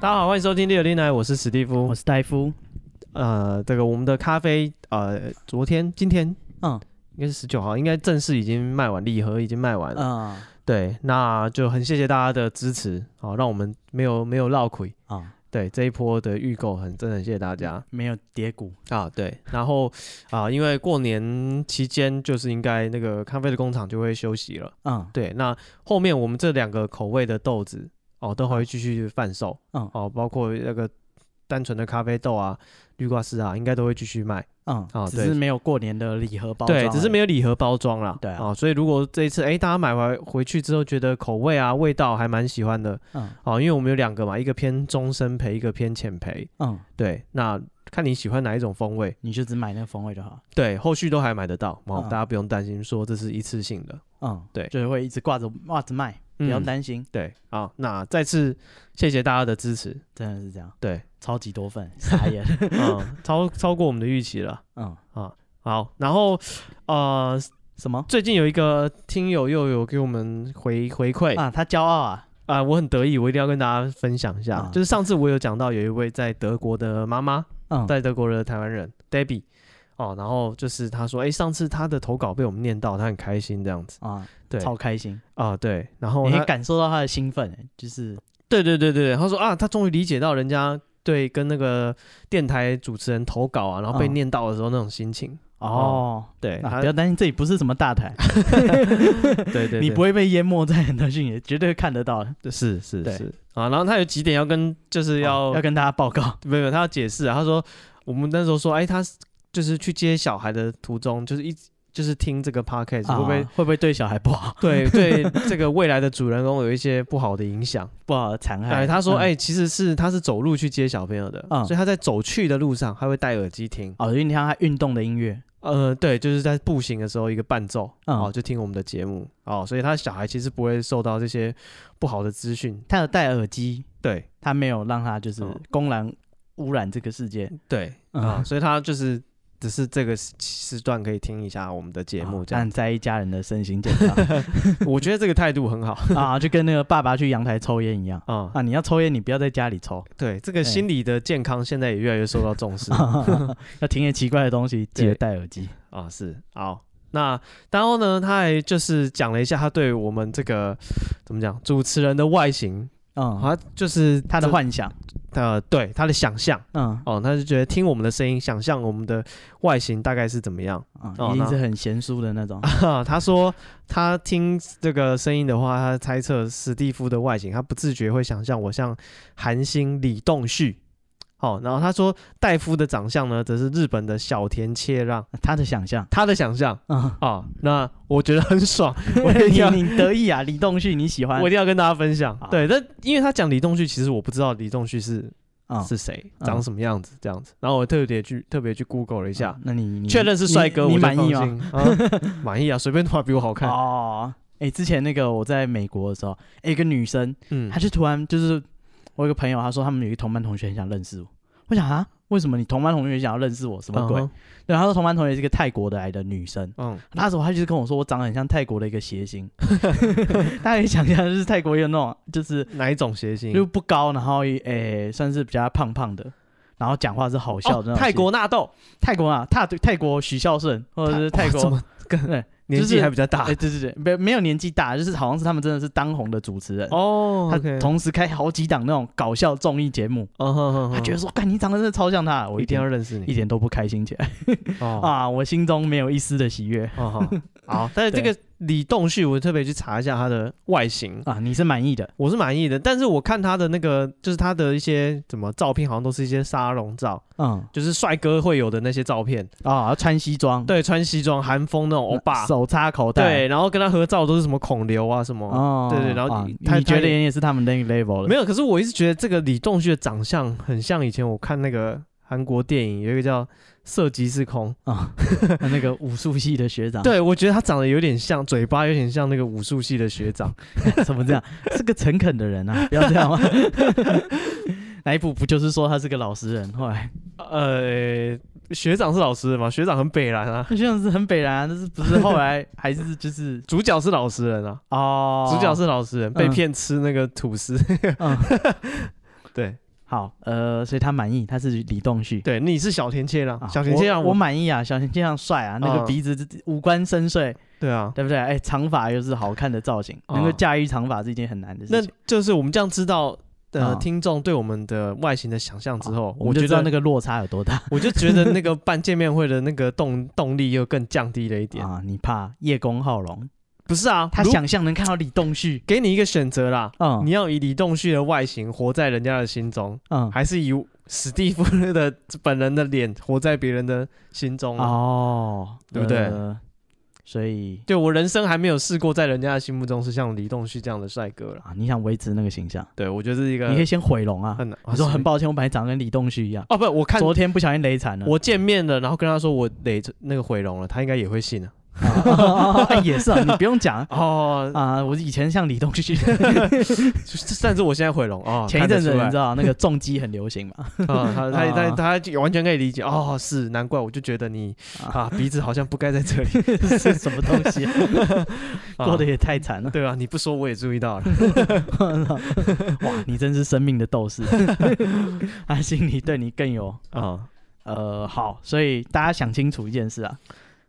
大家好，欢迎收听《六零来》，我是史蒂夫我。是戴夫。呃，这个我们的咖啡，呃，昨天、今天嗯应该是十九号，应该正式已经卖完，礼盒已经卖完了。嗯对，那就很谢谢大家的支持，好、让我们没有没有落亏。啊，对这一波的预购很，真的很谢谢大家没有跌谷，啊！对，然后啊、因为过年期间就是应该那个咖啡的工厂就会休息了，嗯对，那后面我们这两个口味的豆子哦都还会继续贩售，嗯哦，包括那个单纯的咖啡豆啊、绿挂丝啊，应该都会继续卖。嗯哦，只对是没有过年的礼盒包装而对已，，只是没有礼盒包装啦。对啊哦，所以如果这一次哎、诶大家买回回去之后觉得口味啊、味道还蛮喜欢的嗯哦，因为我们有两个嘛，一个偏中深培，一个偏浅培。嗯，对，那看你喜欢哪一种风味，你就只买那个风味就好。对，后续都还买得到哦，嗯大家不用担心说这是一次性的。嗯，对就是会一直挂着袜子卖，不用嗯担心，对，好，那再次谢谢大家的支持，真的是这样，对，超级多份，傻 眼。 嗯，超超过我们的预期了。嗯，好，然后呃，什么最近有一个听友又有给我们回回馈啊、啊？他骄傲啊？我很得意，我一定要跟大家分享一下。啊就是上次我有讲到有一位在德国的妈妈，嗯，在德国的台湾人 Debbie 哦，然后就是她说，哎、上次她的投稿被我们念到，她很开心这样子。啊，对超开心，啊，对，然后你可她以感受到他的兴奋，就是对对对对对，她说啊，她终于理解到人家对跟那个电台主持人投稿啊，然后被嗯念到的时候那种心情。哦，对，啊她不要担心，这里不是什么大台，对对对，你不会被淹没在很多讯也绝对看得到的。是是对哦是啊，然后他有几点要跟，就是要、要跟大家报告，没有，他要解释啊。他说我们那时候说，哎，他就是去接小孩的途中，就是一就是听这个 podcast，、啊会不会会不会对小孩不好？ 对对这个未来的主人公有一些不好的影响？不好的残害。哎，他说，嗯哎，其实是他是走路去接小朋友的，嗯所以他在走去的路上，他会戴耳机听。哦，因为你看他运动的音乐，呃，对，就是在步行的时候一个伴奏，嗯哦，就听我们的节目，哦，所以他小孩其实不会受到这些不好的资讯。他有戴耳机，对他没有让他就是嗯公然污染这个世界对，啊，啊。所以他就是只是这个时时段可以听一下我们的节目，这但样。哦在意家人的身心健康 我觉得这个态度很好啊，就跟那个爸爸去阳台抽烟一样啊、啊。你要抽烟，你不要在家里抽，对，这个心理的健康现在也越来越受到重视 啊要听些奇怪的东西，记得戴耳 机。啊，是好。那然后呢，他还就是讲了一下他对我们这个怎么讲主持人的外形，嗯，啊，就是他的这幻想，呃对他的想象嗯哦，他就觉得听我们的声音，想象我们的外形大概是怎么样。啊，哦一定那是很贤淑的那种 啊，他说他听这个声音的话，他猜测史蒂夫的外形，他不自觉会想象我像韩星李栋旭。哦，然后他说戴夫的长相呢，则是日本的小田切让，他的 想象。他的想象 嗯，啊、那我觉得很爽，我一定要 你你得意啊，李栋旭你喜欢我一定要跟大家分享好。对，但因为他讲李栋旭，其实我不知道李栋旭是、啊？是谁，嗯长什么样子这样子。然后我特别去特别去 Google 了一下啊，那你你确认是帅哥，你我就你满放意吗？心啊，满意啊，随便他比我好看。哦，哎、之前那个我在美国的时候，哎、一个女生，嗯她，就突然就是我有个朋友，她说他们有一个同班同学很想认识我，我想啊，为什么你同班同学想要认识我？什么鬼？嗯哼对，她说同班同学是一个泰国的来的女生，嗯，那时候她就是跟我说我长得很像泰国的一个谐星， 大家可以想象，就是泰国有那种就是哪一种谐星？又不高，然后也诶、算是比较胖胖的。然后讲话是好笑的那种、哦泰国纳豆，泰国啊，泰泰国许孝顺，或者是泰哇这国么更对年就纪是还比较大哎、对对对，没没有年纪大，就是好像是他们真的是当红的主持人，哦他 OK 同时开好几档那种搞笑综艺节目，哦哼哼哼他觉得说，干你长得真的超像他，我一定要点认识你一点都不开心起来哦啊，我心中没有一丝的喜悦哦好好，但是这个李栋旭，我特别去查一下他的外形。啊，你是满意的我是满意的，但是我看他的那个，就是他的一些怎么照片，好像都是一些沙龙照，嗯就是帅哥会有的那些照片。啊，要穿西装，对，穿西装、韩风那种欧巴。手插口袋，对，然后跟他合照都是什么孔刘啊什么。哦，对对然后啊你你他觉他得也也是他们那个 level 没的，有，可是我一直觉得这个李栋旭的长相很像以前我看那个韩国电影，有一个叫《色即是空》，啊， 那个武术系的学长，对我觉得他长得有点像，嘴巴有点像那个武术系的学 长。 怎么这样？是个诚恳的人啊，不要这样嘛。 哪一部不就是说他是个老实人？后来呃，学长是老师嘛，学长很北蓝啊，那学长是很北然啊，但是不是后来还是 就是主角是老实人啊，哦，主角是老实人，被嗯骗吃那个吐司。嗯， 对，好，呃，所以他满意，他是李栋旭。对，你是小田切让啊，小田切让我我满意啊，小田切让帅啊，那嗯个鼻子、五官深邃，对啊，对不对？哎，长发又是好看的造型，哦能够驾驭长发是一件很难的那事情。就是我们这样知道。呃，嗯听众对我们的外形的想象之后，啊我们觉就得知道那个落差有多大我就觉得那个办见面会的那个动动力又更降低了一点。啊！你怕叶公好龙，不是啊，他如想象能看到李栋旭，给你一个选择啦，嗯你要以李栋旭的外形活在人家的心中，嗯，还是以史蒂夫的 本人的脸活在别人的心中啊？哦，对不对呃所以对我人生还没有试过在人家的心目中是像李栋旭这样的帅哥啦。啊，你想维持那个形象，对，我觉得是一个你可以先毁容啊。很难，你说很棒抱歉，我本来长得跟李栋旭一样，哦，不，我看昨天不小心雷惨了。我见面了，然后跟他说我得那个毁容了，他应该也会信啊。啊 哎也是啊，你不用讲哦， 啊，我以前像李栋旭， 但是我现在毁容哦，前一阵子看得出你来知道那个重击很流行嘛？ 啊，他他啊他他就完全可以理解哦，是难怪我就觉得你啊，啊鼻子好像不该在 这里，是什么东西啊？啊 过得也太惨 了！对啊啊，你不说我也注意 到了， 哇，你真是生命的斗士， 他心里对你更有啊呃好，所以大家想清楚一件事啊，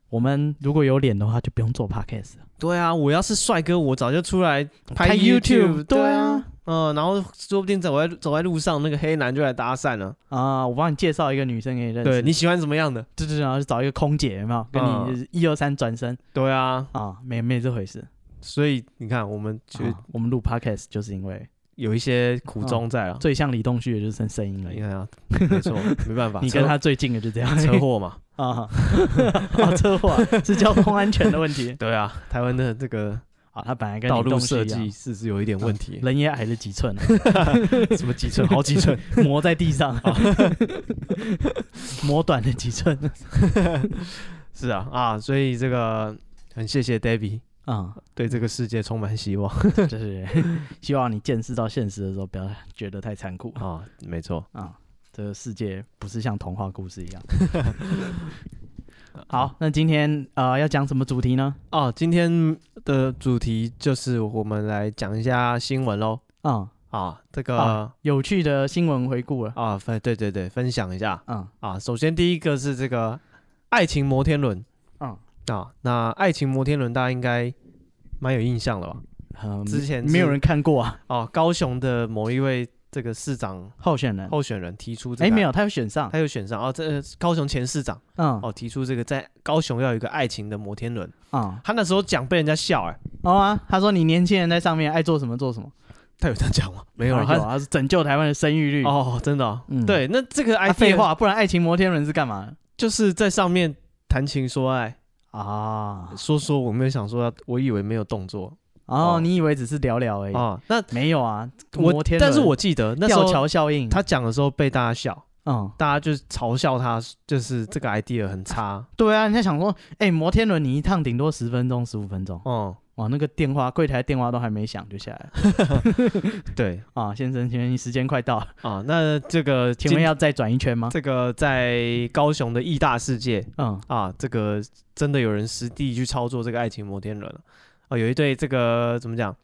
我们如果有脸的话，就不用做 podcast 了对啊，我要是帅哥，我早就出来拍拍 YouTube，对对啊啊，嗯，然后说不定走在走在路上，那个黑男就来搭讪了，啊，我帮你介绍一个女生给你认识，对，你喜欢什么样的？对对，然后就找一个空姐，有没有？跟你嗯就是一二三转身对啊，啊，没没这回事。所以你看，我们就啊我们录 podcast 就是因为有一些苦衷在啊，最像李栋旭的就是声声音而你已。看啊，没错，没办法，你跟他最近的就这样车车祸嘛， 啊，哦车祸啊是交通安全的问题 对啊，台湾的这个啊。他本来跟道李路栋旭设一样计是是有一点问题，人也矮了几寸啊， 什么几寸，好几寸。 哦磨在 地上， 磨短了几寸是啊，啊，所以这个很谢谢 Debbie 啊。对这个世界充满希望 就是 希望你见识到现实的时候，不要觉得太残酷啊，没错，啊。这个世界不是像童话故事一 样。好，那今天呃要讲什么主题呢？哦，今天的主题就是我们来讲一下新闻喽啊，啊，这个啊啊有趣的新闻回顾啊了。分对对对分享一下嗯啊，首先第一个是这个爱情摩天轮嗯，啊，那爱情摩天轮大家应该蛮有印象的吧？呃之前是没有人看过啊，哦、高雄的某一位这个市长候选人。候选人提出这哎，个，没有，他有选上。他又选上哦，这呃高雄前市长。嗯哦，提出这个在高雄要有一个爱情的摩天轮。啊，他那时候讲被人家笑、哎，哦啊，他说你年轻人在上面爱做什么做什么。他有这样讲吗？没 没有啊，有，他是拯救台湾的生育率他。哦，真的、哦，嗯对，那这个啊，爱废，话，不然爱情摩天轮是干嘛就是在上面谈情说爱，的啊？说说我没有想说要，我以为没有动作哦，哦你以为只是聊聊而已？啊、那没有啊，哎摩我天，轮但是我记得那时吊候桥效应，他哦讲的时候被大家笑，嗯，大家就是嘲笑他，就是这个 idea 很差。对啊，人家想说，哎，摩天轮你一趟顶多十分钟、十五分钟，哦、哇，那个电话柜台电话都还没响就下来了对啊，先生，先生，你时间快到了，啊、那这个请问今要再转一圈吗？这个在高雄的义大世界，嗯，啊，这个真的有人实地去操作这个爱情摩天轮了啊，有一对这个怎么讲？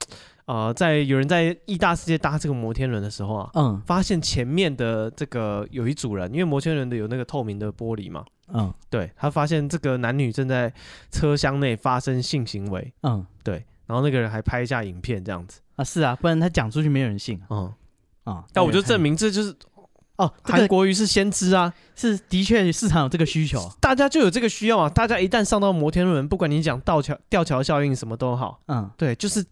啊，在有人在义大世界搭这个摩天轮的时候啊，嗯发现前面的这个有一组人，因为摩天轮的有那个透明的玻璃嘛，嗯对他发现这个男女正在车厢内发生性行为，嗯，对，然后那个人还拍一下影片这样子，啊是啊，不然他讲出去没有人信啊嗯，啊。但我就证明明这就是哦，韩这个国瑜是先知啊，是的确市场有这个需求啊，大家就有这个需要啊，大家一旦上到摩天轮，不管你讲吊桥、吊桥效应什么都好，嗯，对，就是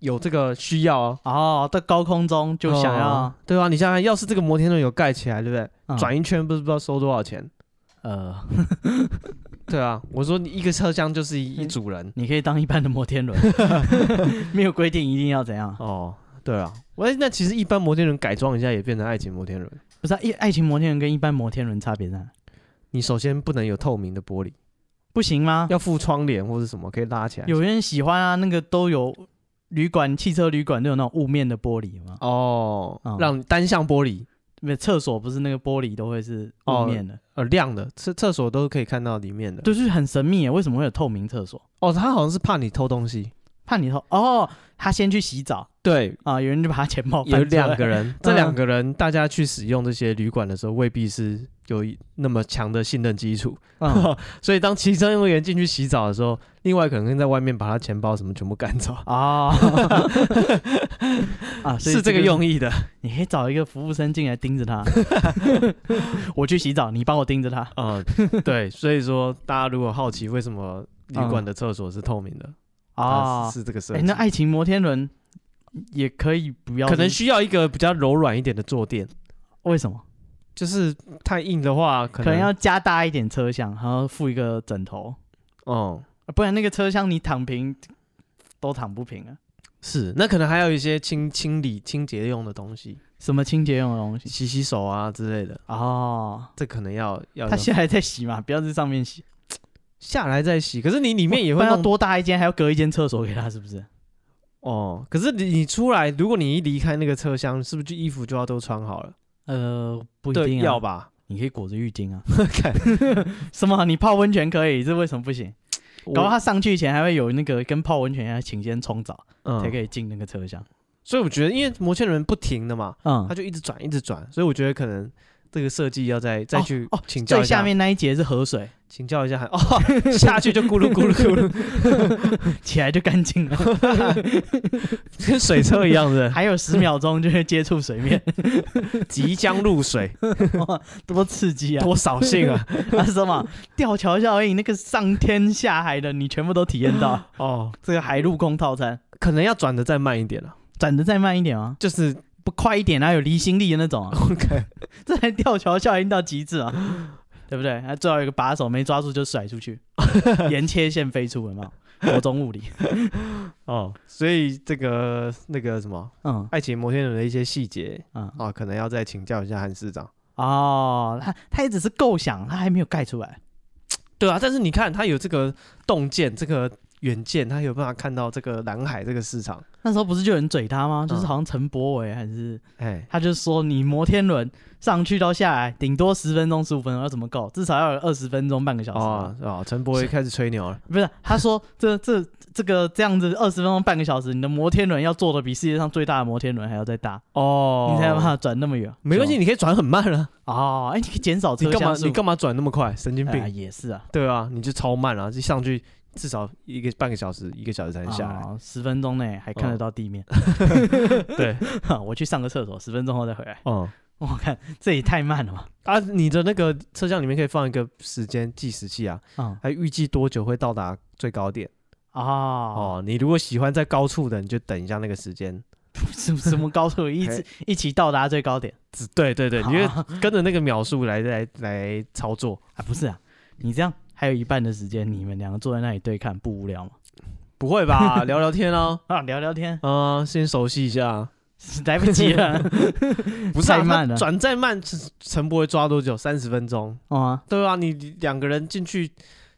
有这个需要啊，哦，在高空中就想要哦对啊，你想想，要是这个摩天轮有盖起来，对不对？嗯转、一圈不是不知道收多少钱？呃对啊，我说你一个车厢就是 一一组人、你可以当一般的 摩天轮，没有规定一定要怎样。哦。对啊，喂，那其实一般摩天轮改装一下也变成爱情摩天轮。不是、啊、一爱情摩天轮跟一般摩天轮差别在哪？你首先不能有透明的玻璃，不行吗？要附窗帘或者什么可以拉起来。嗯有人喜欢啊，那个都有旅馆、汽车旅馆都有那种雾面的玻璃嘛。哦嗯，让单向玻璃没有厕所不是那个玻璃都会是雾面的，呃亮的，厕厕所都可以看到里面的。就是很神秘耶。为什么会有透明厕所？哦，他好像是怕你偷东西叛逆头哦，他先去洗澡对，啊，有人就把他钱包翻有出来两个人，这两个人大家去使用这些旅馆的时候，未必是有一那么强的信任基础，嗯 所以当其中一个人进去洗澡的时候，另外可能在外面把他钱包什么全部赶走， 哦啊，所以是这个就用意 的你可以找一个服务生进来盯 着他，我去洗澡，你帮我盯着他。啊、对，所以说大家如果好奇为什么旅馆的厕所是透明的啊、它哦是，是这个设哎、计，那爱哎情摩天轮也可以不要是，可能需要一个比较柔软一点的坐垫，为什么？就是太硬的话，可可能能要加大一点车厢，然后附一个枕头，哦、啊不然那个车厢你躺平都躺不平啊。是，那可能还有一些清清理清洁用的东西，什么清洁用的东西？洗洗手啊之类的，哦，这可能要要他现在在洗嘛，不要在上面洗，下来再洗。可是你里面也不会然要弄多大一间，还要隔一间厕所给他，是不是？哦，可是你你出来，如果你一离开那个车厢，是不是就衣服就要都穿好了？呃，不一对，定、啊、要？吧？你可以裹着浴巾 啊。看什么？你泡温泉可以，这为什么不行？然后后他上去前还会有那个跟泡温泉一样，请先冲澡、才可嗯，以进那个车厢。所以我觉得，因为摩天轮不停的嘛，嗯它，就一直转，一直转，所以我觉得可能这个设计要再再去哦请教最一下下，面那一节是河水， 请教一下，哦，下去就咕噜咕噜咕噜，起来就干净 了，跟水车一样的，还有十秒钟就会接触水 面，即将入水，哇多刺激啊！多扫兴 啊！他说嘛，吊桥效应那个上天下海的，你全部都体验到。 哦，这个海陆空套餐，可能要转的再慢一点了，转的再慢一点吗？就是不快一点啊，有离心力的那种啊， OK，这才吊桥效应到极致啊，对不对？还最后一个把手没抓住就甩出去，沿切线飞出，有没有？国中物理， 哦，所以这个那个什么嗯爱情摩天轮的一些细节嗯，啊，可能要再请教一下韩市长。哦，他他也只是构想，他还没有盖出来，对啊，但是你看他有这个洞见，这个远见，他有办法看到这个蓝海这个市场。那时候不是就有人嘴他吗？就是好像陈柏伟还是哎，他就说你摩天轮上去到下来，顶多十分钟、十五分钟要怎么够？至少要有二十分钟、半个小时吧。哦哦，陈柏威开始吹牛了。不是，他说这这这个这样子二十分钟半个小时，你的摩天轮要做的比世界上最大的摩天轮还要再大，哦你才有办法转那么远。没关系，是你可以转很慢了。吧哦，哎、你可以减少车你干嘛厢？数你干嘛转那么快？神经啊病！也是啊，对啊，你就超慢啊，就上去至少一个半个小时，一个小时才能下来。哦，十分钟内还看得到地面。哦 对，我去上个厕所，十分钟后再回来。哦。我看这也太慢 了吧？啊，你的那个车厢里面可以放一个时间计时器啊，嗯还预计多久会到达最高点哦，哦你如果喜欢在高处的，你就等一下那个时间。什什么高速一起一起到达最高点？只对对对，你就 啊跟着那个秒数来来来操作，啊不是啊，你这样还有一半的时间，你们两个坐在那里对看，不无聊吗？不会 吧？聊聊天啊，啊，聊聊天 啊、先熟悉一下。来不及 了。不是、啊、太慢他了转再慢，陈陈博会抓多久？三十分钟，哦、啊，对啊，你两个人进去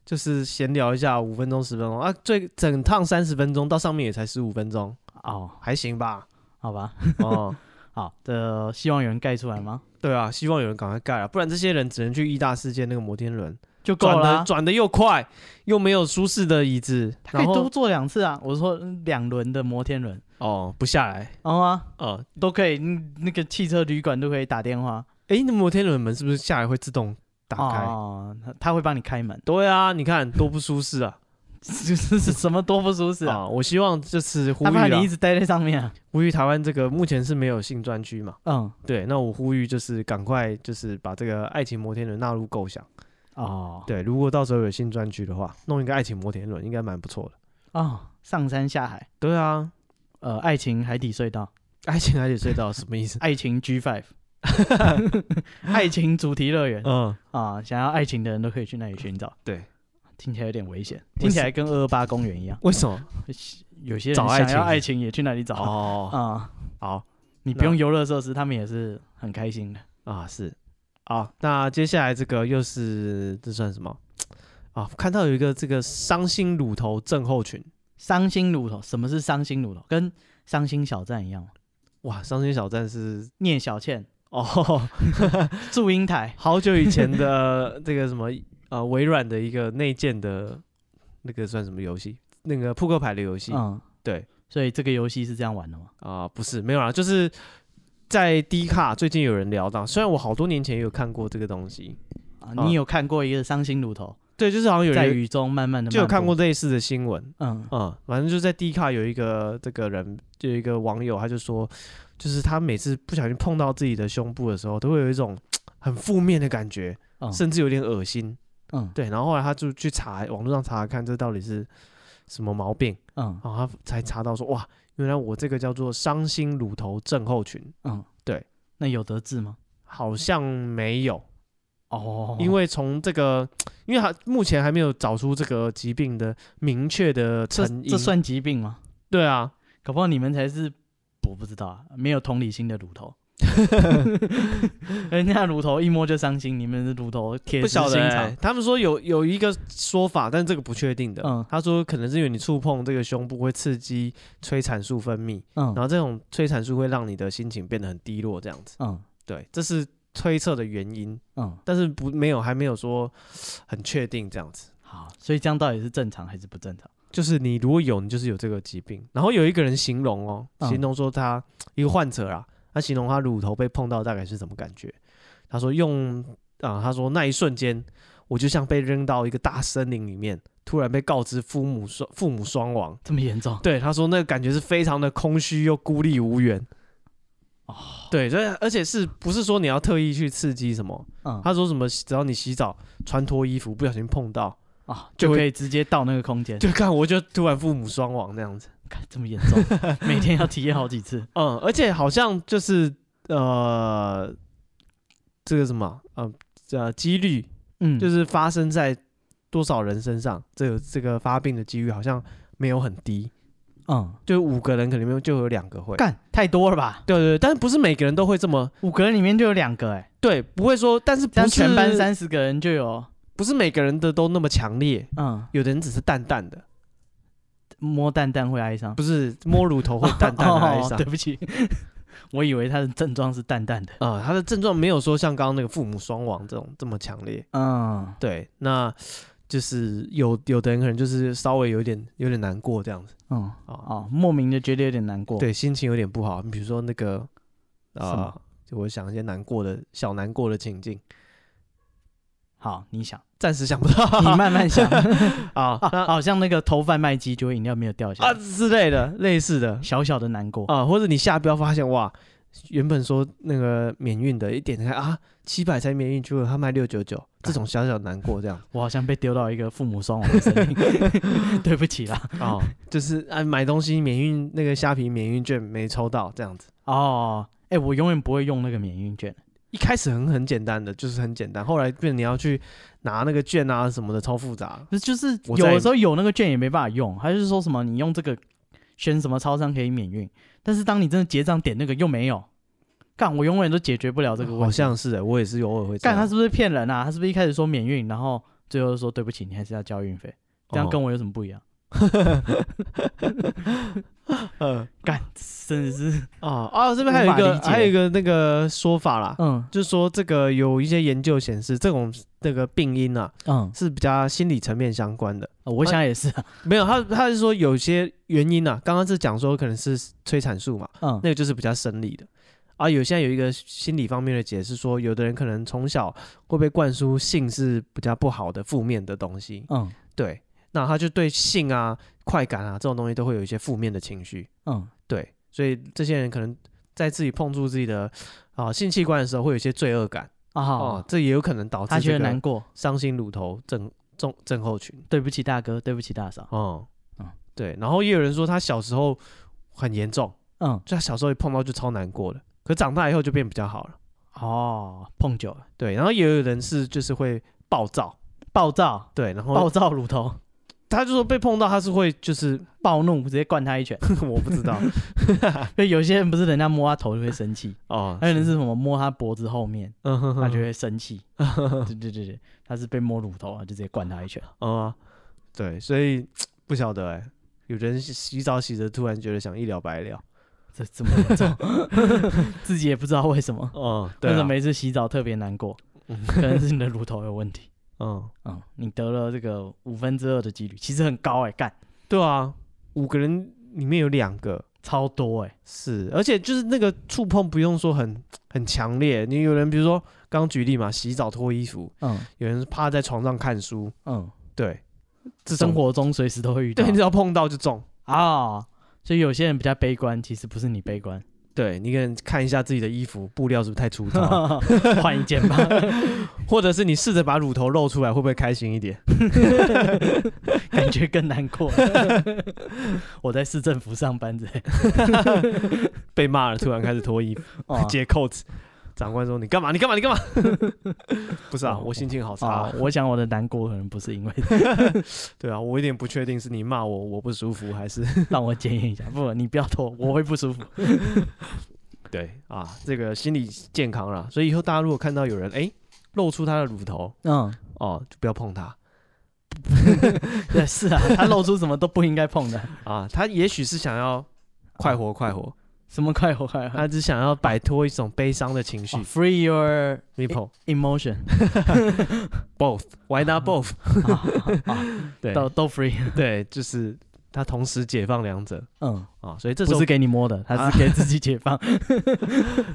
就是闲聊一下，五分钟十分钟啊，最整趟三十分钟，到上面也才十五分钟，哦，还行吧？好吧， 哦、好的，希望有人盖出来吗？对啊，希望有人赶快盖啊，不然这些人只能去意大世界那个摩天轮，就够转了、的啊，转的又快，又没有舒适的椅子，他可然以多后做两次啊。我说嗯两轮的摩天轮，哦不下来哦啊，哦，都可以，嗯那个汽车旅馆都可以打电话诶，那摩天轮门是不是下来会自动打开？哦，他他会帮你开门， 对啊，你看多不舒适啊！这是什么多不舒适啊？啊，我希望这次呼他怕吁啊啦你一直待在上面啊。呼吁台湾这个目前是没有性专区嘛，嗯，对，那我呼吁就是赶快就是把这个爱情摩天轮纳入构想，哦，对，如果到时候有性专区的话，弄一个爱情摩天轮应该蛮不错的。哦，上山下海，对啊，呃，爱情海底隧道，？爱情海底隧道什么意思爱情 G Five，爱情主题乐园 嗯。啊，想要爱情的人都可以去那里寻找。对，听起来有点危险，为听起什来跟二二八公园一样。为什么？有些人找爱想要情爱情也去那里找啊、哦，好你那不用游乐设施，他们也是很开心的。啊，是好。那接下来这个又是这算什么？啊，看到有一个这个伤心乳头症候群，伤心乳头，什么是伤心乳头？跟伤心小站一样吗，哇，伤心小站是聂小倩、哦，祝 英台好久以前 的这个什么呃，微软的一个内建的那个算什么游戏？那个扑克牌的游戏，嗯，对所以这个游戏是这样玩的吗？啊、不是没有啦，就是在 D 卡最近有人聊到，虽然我好多年前也有看过这个东西，啊，啊你有看过一个伤心乳头对，就是好像有在人雨中慢慢的，就有看过，类似的新闻，嗯，嗯，反正就是在 D 卡有一个这个人，就有一个网友，他就说，就是他每次不小心碰到自己的胸部的时候，都会有一种很负面的感觉，嗯甚至有点恶心。嗯对，然后后来他就去查网络上查看这到底是什么毛病，嗯然后他才查到说，哇，原来我这个叫做伤心乳头症候群，嗯， 对，那有得治吗？好像没有，哦，因为从这个，因为他目前还没有找出这个疾病的明确的这成因，这算疾病吗？对啊，搞不好你们才是，我不知道啊，没有同理心的乳 头。 人家乳头一摸就伤心，你们的乳头铁不石晓得、心欸肠。，他们说有有一个说法，但这个不确定的。嗯他说可能是因为你触碰这个胸部会刺激催产素分泌，然嗯后这种催产素会让你的心情变得很低落，这样子。嗯对，这是推测的原因，嗯，但是不没有还没有说很确定这样子。好，所以这样到底是正常还是不正常？就是你如果有，你就是有这个疾病。然后有一个人形容哦，嗯形容说他一个患者啦，他形容他乳头被碰到大概是什么感觉？他说用啊、他说那一瞬间，我就像被扔到一个大森林里面，突然被告知父母双父母双亡。这么严重？对，他说那个感觉是非常的空虚又孤立无援。哦对，所以而且是不是说你要特意去刺激什么？嗯，他说什么只要你洗澡穿脱衣服不小心碰到，啊，就就会可以直接到那个空间，就看我就突然父母双亡那样子。看这么严 重，每天要体验好几次。嗯，而且好像就是呃，这个什么呃呃几率，嗯，就是是发生在多少人身上，这个这个发病的几率好像没有很低，嗯，就五个人可能就有两个会。干太多了吧？对对对，但是不是每个人都会这么五个人里面就有两个哎，对，不会说，但是这不样是全班三十个人就有，不是每个人的都那么强烈，嗯，有的人只是淡淡的，摸蛋蛋会哀伤，不是摸乳头会淡淡的哀 哦伤对。不起，我以为他的症状是淡淡的。啊、他的症状没有说像刚刚那个父母双亡这种这么强烈，嗯，对，那就是有有的人可能就是稍微有点有点难过这样子嗯，啊，哦，莫名的觉得有点难过。，对，心情有点不好。比如说那个什啊么，就我想一些难过的小难过的情境，好，你想，暂时想不到 你慢慢想，啊啊那 好像那个头贩卖机，就饮料没有掉下啊来，之类的类似的小小的难过。啊，或者你下标发现哇，原本说那个免运的，一点开啊七百才免运，结果他卖六九九，这种小小难过这样我好像被丢到一个父母双亡的森林， 对不起啦。 啊，就是啊买东西免运那个虾皮免运券没抽到这样子。哦，哎、我永远不会用那个免运券。一开始很很简单的，就是很简单，后来变成你要去拿那个券啊什么的，超复杂。不是就是我有在的时候有那个券也没办法用，还是说什么你用这个选什么超商可以免运，但是当你真的结账点那个又没有，干我永远都解决不了这个问题。好像是、欸，我也是偶尔会这干样他是不是骗人啊？他是不是一开始说免运，然后最后说对不起，你还是要交运费，这样跟我、我有什么不一样？哦呃干真 的是啊啊，这边还有一无法个理解还有一个那个说法啦，嗯就是说这个有一些研究显示，这种那个病因啊嗯、是比较心理层面相关的。呃我想也是啊，没有，他他是说有些原因啊，刚刚是讲说可能是催产素嘛，嗯那个就是比较生理的。啊，有现在有一个心理方面的解释说，有的人可能从小会被灌输性是比较不好的负面的东西，嗯对，那他就对性啊、快感啊这种东西都会有一些负面的情绪，嗯对，所以这些人可能在自己碰触自己的啊、性器官的时候会有一些罪恶感啊、啊、这也有可能导致他觉这得难个过，伤心乳头症症症候群，对不起大哥，对不起大嫂，哦、嗯嗯，对，然后也有人说他小时候很严重，嗯就他小时候一碰到就超难过的，可长大以后就变比较好了。哦，碰久了，对，然后也有人是就是会暴躁，暴躁对，然后暴躁乳头。他就说被碰到他是会就是 暴怒，直接灌他 一拳。我不知道所以有些人不是人家摸他头就会生气，哦，还有人 是什么摸他脖子后面，嗯哼哼他就会生 气。对对对对，他是被摸乳头啊，就直接灌他一拳。哦，对，所以不晓得哎、有人洗洗澡洗着突然觉得想一了百了， 这这么严重， 自己也不知道为什么。哦，为对、什么啊，每次洗澡特别难 过？嗯可能是你的乳头有问题。嗯，嗯，欸你得了这个五分之二的几率，其实很高哎、干对啊，五个人里面有两个，超多哎、是，而且就是那个触碰不用说很很强烈，你有人比如说刚举例嘛，洗澡脱衣服，嗯有人趴在床上看书，嗯，对，这种生活中随时都会遇到对，你只要碰到就中，啊。所以有些人比较悲观，其实不是你悲 观，对你可能看一下自己的衣服布料是不是太粗 糙，换一件吧。 或者是你试着把乳头露出来，会不会开心一点？ 感觉更难 过。我在市政府上班着，被骂了，突然开始脱衣服、 哦解扣子，长官说你干嘛？你干嘛？你干 嘛？不是啊，哦我心情好差啊、啊，我想我的难过可能不是因为对啊，我有点不确定是你骂我我不舒服，还是让我检验 一下，不，你不要拖，我会不舒服。 对啊，这个心理健康啦。所以以后大家如果看到有人哎、露出他的乳头嗯，哦，就不要碰他对， 是啊，他露出什么都不应该碰的，啊。他也许是想要快活快活，什么快活快活。他只想要摆脱一种悲伤的情绪哦。Free your People emotion， both, why not both？对啊都都 free。对，就是他同时解放两者嗯，啊。所以这不时候是给你摸的，他是给自己解 放。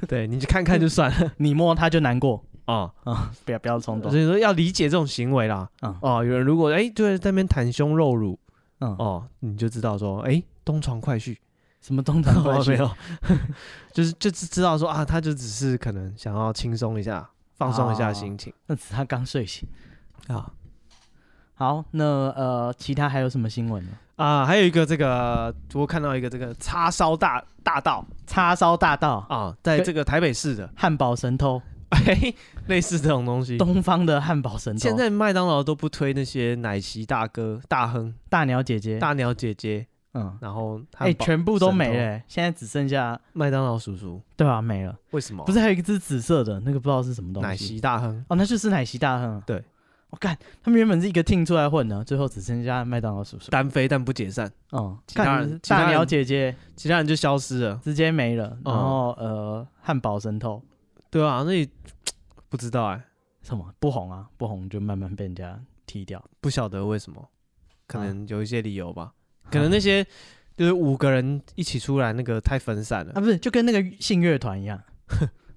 对你就看看就算了你摸他就难过啊。啊，不要不要冲动所。以说要理解这种行为啦。嗯哦，有人如果哎、对在那边袒胸露乳嗯，哦，你就知道说哎、东床快婿。什么东堂关哦， 系没？有， 就是就是知道说啊，他就只是可能想要轻松一下，放松一下心情那只是他刚睡醒。啊好，那呃，其他还有什么新闻呢？啊。还有一个这个，我看到一个这个叉烧大大盗叉烧大盗、啊，在对这个台北市的，汉堡神偷、 哎，类似这种东西。东方的汉堡神偷、现在麦当劳都不推那些奶昔大哥、大亨、大鸟姐姐，大鸟姐姐，嗯，然后哎、汉堡全部都没神了偷欸、现在只剩下麦当劳叔叔，对吧、没了，为什么？不是还有一只紫色的那个不知道是什么东西？奶昔大亨，哦，那就是奶昔大亨啊。对，我、干，他们原本是一个 team 出来混的，最后只剩下麦当劳叔叔。单飞但不解散，嗯，其他人干其他大鸟人姐姐其他人就消失了。直接没了，然后、呃，汉堡神偷对啊，那也不知道哎、什么不红啊，不红就慢慢被人家踢掉。不晓得为什么，可啊能有一些理由吧，可能那些就是五个人一起出来，那个太分散啊，了。不是，就跟那个信乐团一 样，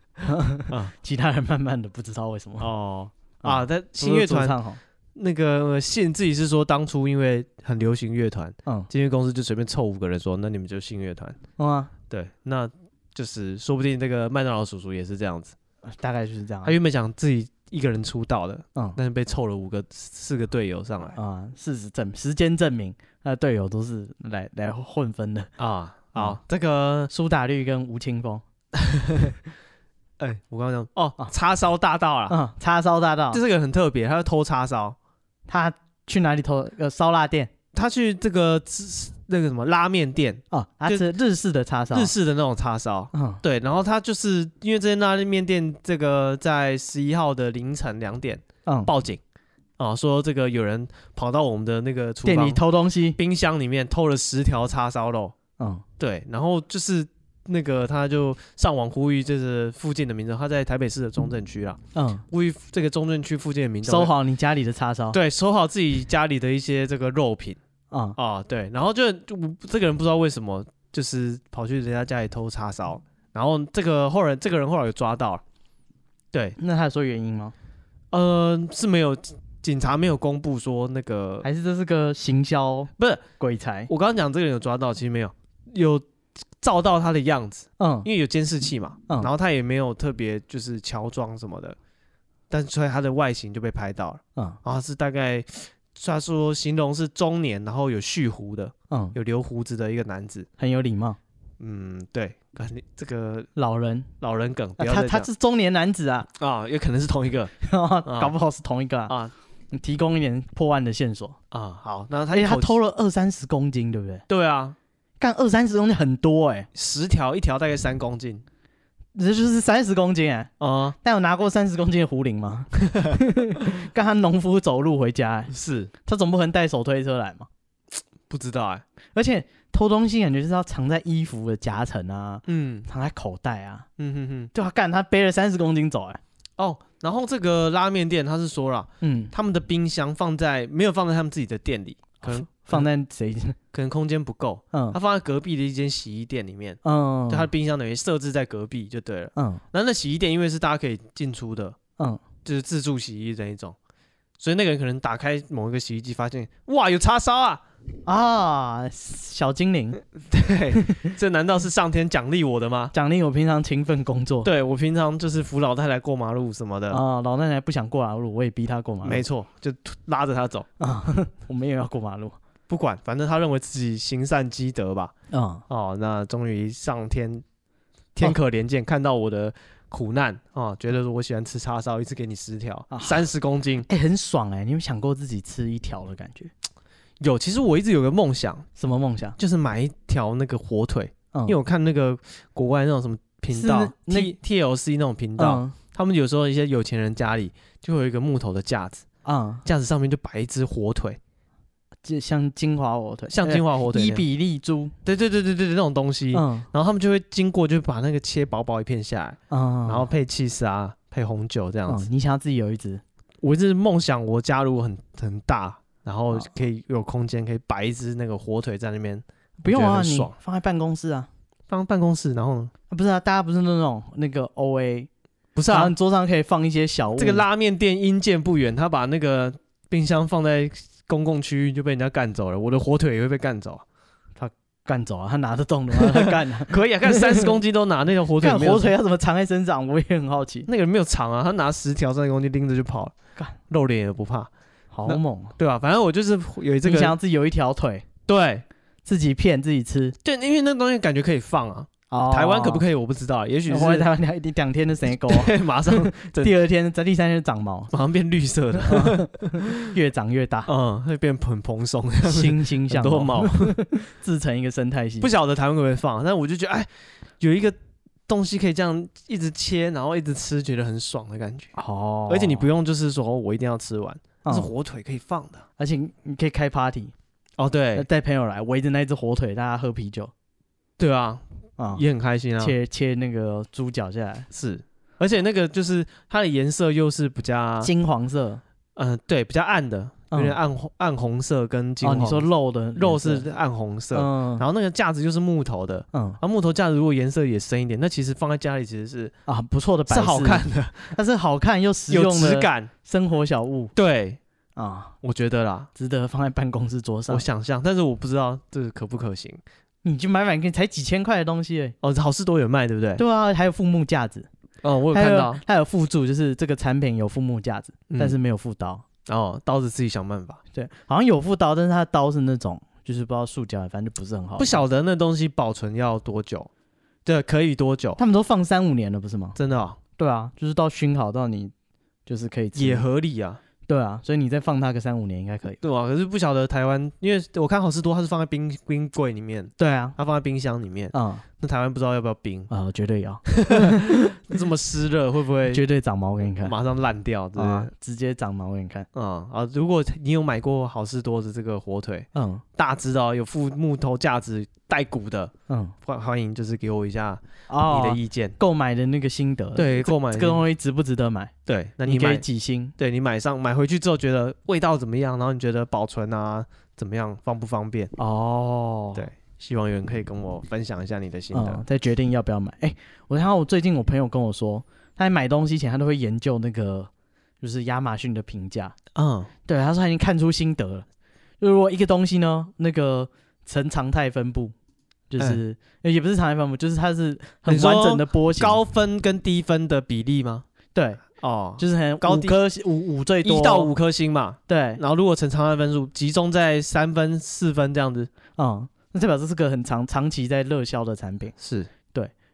其他人慢慢的不知道为什么哦嗯啊，但新乐团唱红，那个信自己是说，当初因为很流行乐团，嗯，经纪公司就随便凑五个人说，那你们就信乐团。嗯啊，对，那就是说不定这个麦当劳叔叔也是这样子，大概就是这样啊他。原本想自己一个人出道的，嗯但是被凑了五个四个队友上来啊，事实证，时间证明，他的队友都是来来混分的，啊。嗯好，这个苏打绿跟吴青峰哎，我刚刚讲啊哦，叉烧大盗啦，啊，叉烧大盗这，嗯是个很特别，他是偷叉烧。他去哪里偷？呃，烧腊店他去这个吃那个什么拉面店，哦，他就是日式的叉烧，日式的那种叉烧。嗯对，然后他就是因为这间拉面店，这个在十一号的凌晨两点嗯，报警啊，说这个有人跑到我们的那个厨店房里偷东西，冰箱里面偷了十条叉烧肉。嗯对，然后就是那个他就上网呼吁，就是附近的民众，他在台北市的中正区啦，嗯，呼吁这个中正区附近的民众收，好你家里的叉烧，对，收好自己家里的一些这个肉品。嗯啊，对，然后就就我这个人不知道为什么，就是跑去人家家里偷叉烧，然后这个后来这个人后来有抓到了，对，那他有说原因吗？呃，是没有警察没有公布说那个，还是这是个行销不是鬼才？我刚刚讲这个人有抓到，其实没有有照到他的样子，嗯因为有监视器嘛，嗯然后他也没有特别就是乔装什么的，但所以他的外形就被拍到了，嗯然后是大概他说形容是中年，然后有蓄胡的，嗯，有留胡子的一个男子。很有礼貌，嗯，对，可能这个老人，老人梗，不啊要他再他讲是中年男子啊， 啊，也可能是同一个搞不好是同一个啊。啊嗯你提供一点破案的线索。啊。好，那他而且哎他口气偷了二三十公斤，对不对？对啊，干二三十公斤很多哎、十条一条大概三公斤这就是三十公斤哎、啊，但有拿过三十公斤的壶铃吗？ 干他农夫走路回家、欸，是他总不可能带手推车来嘛。不知道哎，而且偷东西感觉就是要藏在衣服的夹层啊，嗯藏在口袋啊。嗯哼哼，对啊，干他背了三十公斤走哎、哦，然后这个拉面店他是说了，嗯，哦他们的冰箱放在没有放在他们自己的店里，可能放在谁？ 可能空间不够，嗯他放在隔壁的一间洗衣店里面，嗯，就他的冰箱等于设置在隔壁就对了。嗯然后那洗衣店因为是大家可以进出的，嗯，就是自助洗衣的那一种，所以那个人可能打开某一个洗衣机，发现哇有叉烧啊，啊，小精灵对，这难道是上天奖励我的吗？奖励我平常勤奋工作。对我平常就是扶老太太过马路什么的，啊，老奶奶不想过马路，我也逼她过马路。没错，就突拉着她走，啊， 我们也要过马路。不管，反正她认为自己行善积德吧。嗯，哦，那终于上天天哦可怜见，看到我的苦难啊、哦觉得说我喜欢吃叉烧，一次给你十条嗯啊，三十、公斤。哎、很爽哎、你有没有想过自己吃一条的感觉？有，其实我一直有个梦想，什么梦想？就是买一条那个火腿，嗯，因为我看那个国外那种什么频是道那 T TLC 那种频道，嗯他们有时候一些有钱人家里就会有一个木头的架子，嗯，架子上面就摆一只火腿，就像金华火腿，呃像金华火腿那伊样、哎比利猪。对对对对对对那种东西，嗯然后他们就会经过，就把那个切薄薄一片下来，嗯，然后配 cheese 啊，配红酒这样子。嗯，你想要自己有一只？我一直梦想我家如果很很大，然后好可以有空间，可以摆一只那个火腿在那边，不用我觉得啊，很你爽放在办公室啊。放办公室，然后呢啊不是啊，大家不是那种那个 O A，不是然后啊你，桌上可以放一些小物。这个拉面店因见不远，他把那个冰箱放在公共区域就被人家干走了，我的火腿也会被干走啊。干走啊，他拿得动的话，他干啊。可以啊，看三十公斤都拿那条火腿干没有，火腿要啊怎么藏在身上，我也很 好奇。那个人没有长啊，他拿十条三十公斤拎着就跑了，干露脸也不怕，好那猛、啊！对吧、反正我就是有这你想个要自己有一条腿，对。自己骗自己吃。对，因为那东西感觉可以放啊，哦台湾可不以？可以我不知道，啊 也许我是在台湾两两天就生狗，对马上对第二天、在第三天就 长毛，马上变绿色的，越长 越大，嗯，会变很蓬 松，欣欣很向多荣，毛。 自成一个生态系。不晓得台湾可不可以放，但我就觉得哎，有一个东西可以这样一直切，然后一直吃，觉得很爽的感觉。哦而且你不用就是说我一定要吃完，但嗯是火腿可以放的。而且你可以开 party，哦，对带朋友来围着那只火腿，大家喝啤酒对啊，啊，也很开心啊，切切那个猪脚下来，是。而且那个就是它的颜色又是比较，金黄色。嗯，对，比较暗的，啊有点嗯暗红暗红色跟金哦，黄。你说肉的肉颜是色暗红色，嗯，然后那个架子就是木头的，嗯啊，木头架子如果颜色也深一点，那其实放在家里其实是啊，不错的摆是饰，好看，的，但是好看又 实有用质的感。生活小物对，啊，我觉得啦，值得放在办公室桌上我。想象，但是啊我不知道这可不可行。你去买买看，才几千块的东西而已，哦，好事多有卖，对不对？对啊，还有附木架子，哦，我有还看到有，它有附注，就是这个产品有附木架子，嗯但是没有附刀。哦，刀子自己想办法。对，好像有附刀，但是它的刀是那种就是不知道塑胶的，反正就不是很好。不，晓得那东西保存要多久，哦对，可以多久？他们都放三五年了，不是吗？真的哦对啊，就是到熏好到你就是可以吃。也合理啊，对啊，所以你再放它个三五年应该可以。对啊吧？可是不晓得台湾，因为我看好事多它是放在冰冰柜里面，对啊，它放在冰箱里面，嗯那台湾不知道要不要冰，呃，绝对要，这么湿热会不会 绝对长毛给你看马上烂掉？对不对啊？，直接长毛给你看。嗯啊，如果你有买过好事多的这个火腿，嗯大只的哦、有附木头架子带骨的，嗯，欢欢迎就是给我一下哦，你的意见。购买的那个心得，，对，购买这个东西值不值得买？对，那你你可以买几星？对你买上买回去之后觉得味道怎么样，然后你觉得保存啊怎么样，方不方便？哦对希望有人可以跟我分享一下你的心嗯得。再决定要不要买。哎、我然后我最近我朋友跟我说，他在买东西前他都会研究那个就是亚马逊的评价，嗯，对，他说他已经看出心得了。就如果一个东西呢，那个呈常态分布，就是、呃也不是常态分布，就是它是很嗯你说完整的波形，高分跟低分的比例吗？对，哦，就就是很高五低颗五五最多一到，五颗星嘛。对，然后如果乘常态分数集中在三分、四分这样子，嗯，那代表这是个很长长期在热销的产品。是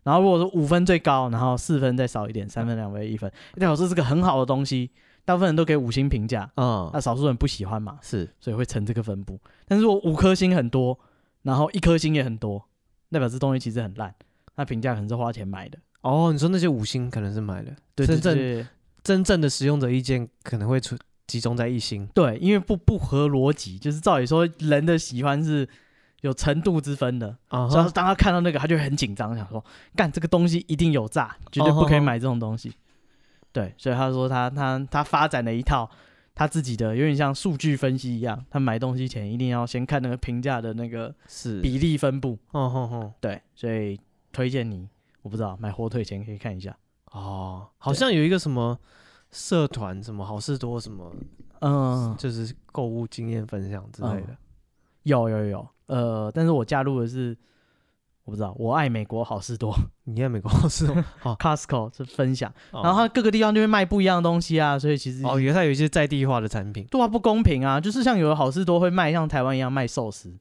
然后如果说五分最高，然后四分再少一点，三分、两分、一分，代表这是个很好的东西，大部分人都给五星评价。嗯那，少数人不喜欢嘛，是所以会成这个分布。但是我五颗星很多，然后一颗星也很多，代表这东西其实很烂。那评价可能是花钱买的，哦，你说那些五星可能是买的，对真对正对真正的使用者意见可能会出集中在一星。对，因为不不合逻辑，就是照理说人的喜欢是有程度之分的。啊所以当他看到那个，他就很紧张，想说干这个东西一定有哦诈，绝对不可以买这种东西。对，所以他说他他他发展了一套他自己的有点像数据分析一样，他买东西前一定要先看那个评价的那个是，比例分布。哦吼吼，对，所以推荐你，我不知道买火腿前可以看一下。哦，好像有一个什么社团，什么好事多，什么嗯，就是购物经验分享之类的。有有有，呃，但是我加入的是我不知道，我爱美国好事多 你在美国好事多，好， Costco 是分享，哦然后它各个地方就会卖不一样的东西啊，所以其实哦，原来有一些在地化的产品，对啊，不公平啊！就是像有的好事多会卖像台湾一样卖寿司，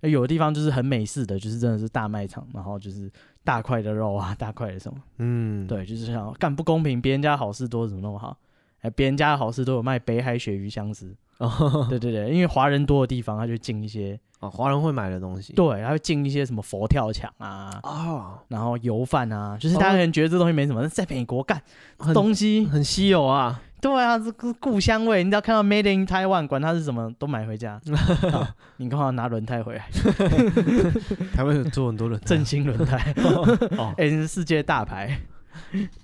那有的地方就是很美式的，就是真的是大卖场，然后就是大块的肉啊， 大块的什么，嗯，，对，就是想干不公平，别人家好事多怎么那么好？哎，别人家的好事多有卖北海鳕鱼香司， 哦，对对对，因为华人多的地方，他就进一些，华人会买的东西，对，他会进一些什么佛跳墙啊，啊，然后油饭啊，就是他可能觉得这东西没什么，但是在美国干哦很东西，很稀有啊，对啊，这个故乡味，你只要看到 Made in Taiwan，管它是什么，都买 回家。啊你刚好拿轮胎回来，台湾有做很多 人 振兴轮胎，哦，哎、是世界大牌。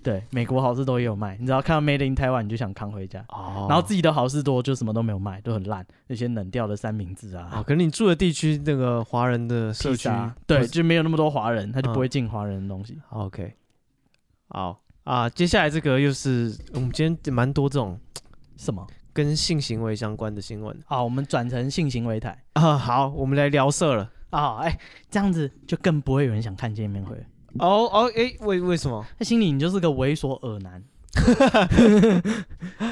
对，美国好事多也有卖，你只要看到 Made in Taiwan，你就想扛回家。哦，然后自己的好事多就什么都没有卖，都很烂，那些冷掉的三明治啊，啊，可能你住的地区那个华人的社披区萨啊，对，不是就没有那么多华人，他就嗯不会进华人的东西。哦，OK，好啊，接下来这个又是我们今天蛮多这种什么跟性行为相关的新闻啊？我们转成性行为台 啊。好，我们来聊色了。啊，哎、这样子就更不会有人想看见面会了。哦哦，诶，为为什么？他心里你就是个猥琐恶男，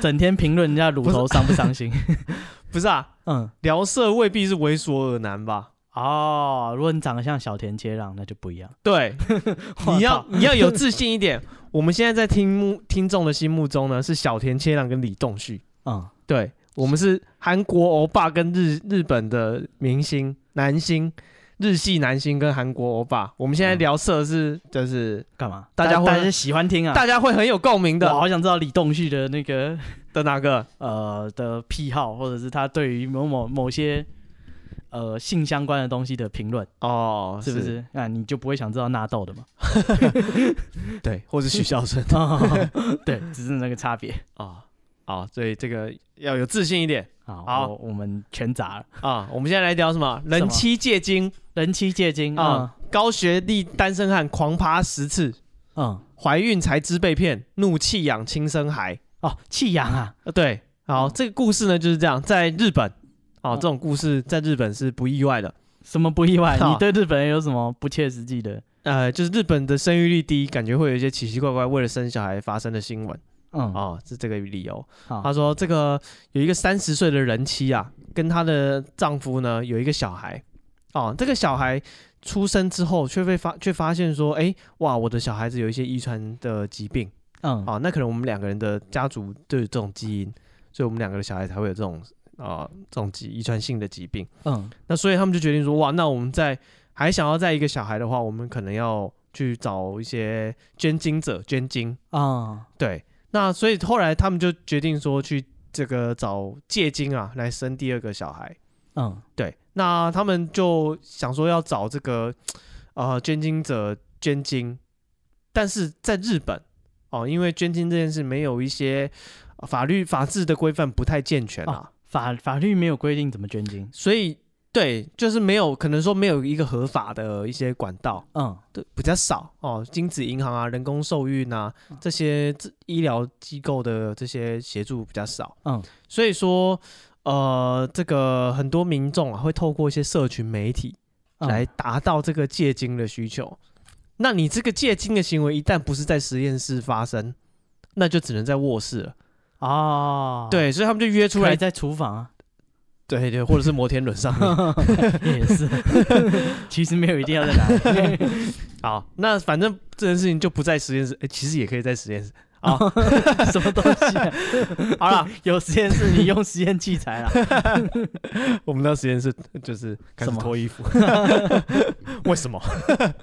整天评论人家乳头伤不伤心。不是啊，嗯，聊色未必是猥琐而男吧？哦，如果你长得像小田切让，那就不一样。 对，你要我操你要有自信一点。我们现在在听目听众的心目中呢，是小田切让跟李栋旭。嗯，对，我们是韩国欧巴跟日日本的明星男星，日系男星跟韩国欧巴。我们现在嗯聊色是就是干嘛？大家会大家喜欢听啊。大家会很有共鸣我的好想知道李栋旭的那个的哪个？呃的癖好，或者是他对于某某某些呃性相关的东西的评论，哦，是不？是？那、你就不会想知道纳豆 的嘛？对，或是许孝 顺哦对，只是那个差别。啊。好，所以这个要有自信一点好，好我我们全砸了，啊！我们现在来聊什么？人妻借精，人妻借精啊啊，高学历单身汉狂趴十次，嗯，怀孕才知被骗，怒弃养亲生孩。哦，弃养啊，呃，对，好，嗯这个故事呢就是这样，在日本，哦，嗯这种故事在日本是不意外的。什么不意外？好你对日本人有什么不切实际的？呃，就是日本的生育率低，感觉会有一些奇奇怪怪为了生小孩发生的新闻嗯，哦，是这个理由。好她，说这个有一个三十岁的人妻啊，跟她的丈夫呢有一个小孩，哦，这个小孩出生之后却被发却发现说，哎、哇，我的小孩子有一些遗传的疾病，嗯，哦，那可能我们两个人的家族都有这种基因，所以我们两个的小孩才会有这种啊、呃这种疾遗传性的疾病。嗯，那所以他们就决定说，哇，那我们在还想要再一个小孩的话，我们可能要去找一些捐精者捐精。啊，对，那所以后来他们就决定说去这个找借精啊，来生第二个小孩。嗯，对，那他们就想说要找这个呃捐精者捐精，但是在日本哦，因为捐精这件事没有一些呃法律法制的规范不太健全啊，哦法法律没有规定怎么捐精。所以对，就是没有可能说没有一个合法的一些管道。嗯，对，比较少哦，精子银行啊、人工受孕啊嗯这些这医疗机构的这些协助比较少，嗯，所以说，呃，这个很多民众啊会透过一些社群媒体嗯来，达到这个借精的需求。那你这个借精的行为一旦不是在实验室发生，那就只能在卧室了。哦，，对，所以他们就约出出来来，在厨 房啊，对对，或者是摩天轮上 面。也是， 其实没有一定要在哪里。 好，那反正这件事情就不在实验室，诶其实也可以在实验室。什么东西啊？好了，有实验室你用实验器材啊 啦。我们到实验室就是开始什么脱衣服，为什么？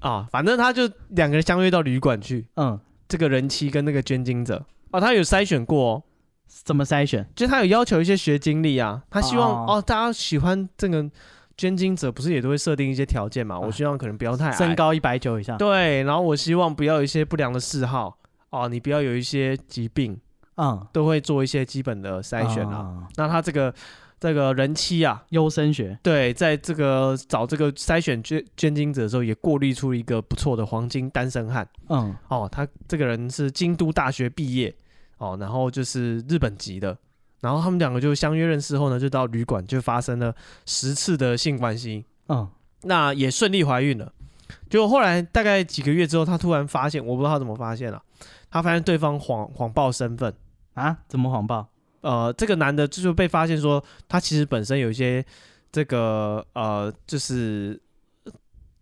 啊，反正他就两个人相约到旅馆去，嗯，这个人妻跟那个捐精者哦，他有筛选过、哦，怎么筛选？就是他有要求一些学经历啊，他希望哦哦大家喜欢这个捐精者，不是也都会设定一些条件嘛？啊我希望可能不要太矮身高啊一百九以上。对，然后我希望不要有一些不良的嗜好哦，你不要有一些疾病嗯，都会做一些基本的筛选啊。啊，那他这个这个人妻啊，优生学，对，在这个找这个筛选捐捐精者的时候，也过滤出一个不错的黄金单身汉嗯哦。他这个人是京都大学毕业哦，然后就是日本籍的。然后他们两个就相约认识后呢，就到旅馆就发生了十次的性关系，嗯，那也顺利怀孕了。结果后来大概几个月之后，他突然发现，我不知道他怎么发现了、他发现对方谎谎报身份，啊，怎么谎报？呃，这个男的就就被发现说，他其实本身有一些这个呃，就是呃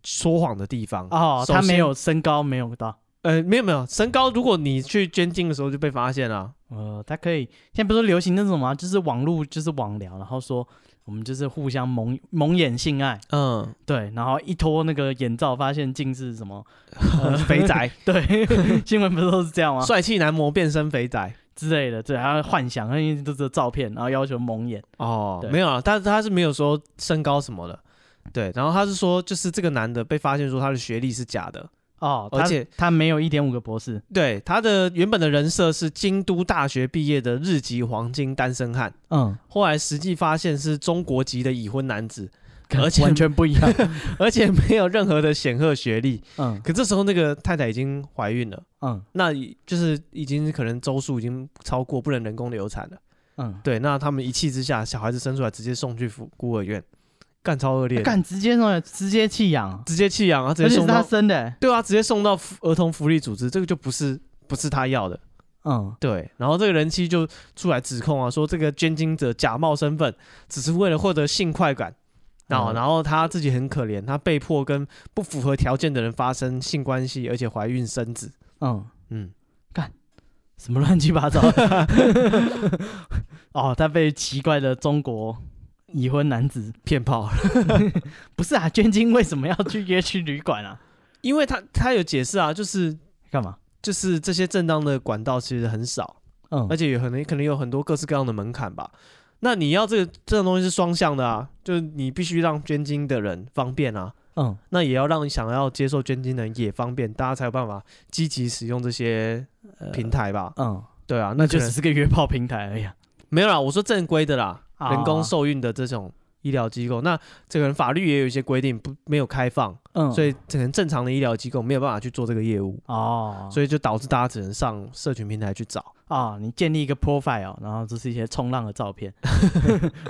说谎的地方哦，首他先没有身高，没有到，呃，没有没有身高，如果你去捐精的时候就被发现啊了，呃，他可以，现在不是流行那种吗？就是网络，就是网聊，然后说我们就是互相蒙蒙眼性爱，嗯，对，然后一脱那个眼罩，发现竟是什么？ 呃肥 宅，对，新闻不是都是这样吗？帅气男模变身肥宅。之类的，对，然后幻想，因为都是照片，然后要求蒙眼，哦，对没有啊，他他是没有说身高什么的，对，然后他是说，就是这个男的被发现说他的学历是假的，哦，而且他没有一点五个博士，对，他的原本的人设是京都大学毕业的日籍黄金单身汉，嗯，后来实际发现是中国籍的已婚男子，而且完全不一 样， 而且没有任何的显赫学历。嗯可这时候那个太太已经怀孕了，嗯那已就是已经可能周数已经超过不能人工流产了。嗯，对，那他们一气之下，小孩子生出来直接送去孤孤儿院，干超恶劣的，敢直接弄，直接弃养，直接弃养啊，直而接且送是他到生的，对啊，直接送到福儿童福利组织，这个就不是不是他要的。嗯，对，然后这个人妻就出来指控啊，说这个捐精者假冒身份，只是为了获得性快感。然后，嗯然后他自己很可怜，他被迫跟不符合条件的人发生性关系，而且怀孕生子。嗯，嗯，什么乱七八糟， 哦，他被奇怪的中国已婚男子，骗炮 了，不是啊，捐精为什么要去约去旅馆啊？因为他他有解释啊，就是干嘛？就是这些正当的管道其实很少，嗯而，且有可能可能有很多各式各样的门槛吧。那你要这个这种东西是双向的啊，就是你必须让捐精的人方便啊，嗯，那也要让想要接受捐精的人也方便，大家才有办法积极使用这些平台吧？嗯，对啊，那那就就只是是个约炮平台而已啊。没有啦，我说正规的啦，啊人工受孕的这种医疗机构，那这个人法律也有一些规定不没有开放，嗯，所以可能正常的医疗机构没有办法去做这个业务，哦，所以就导致大家只能上社群平台去找。啊，你建立一个 profile，然后这是一些冲浪的照 片，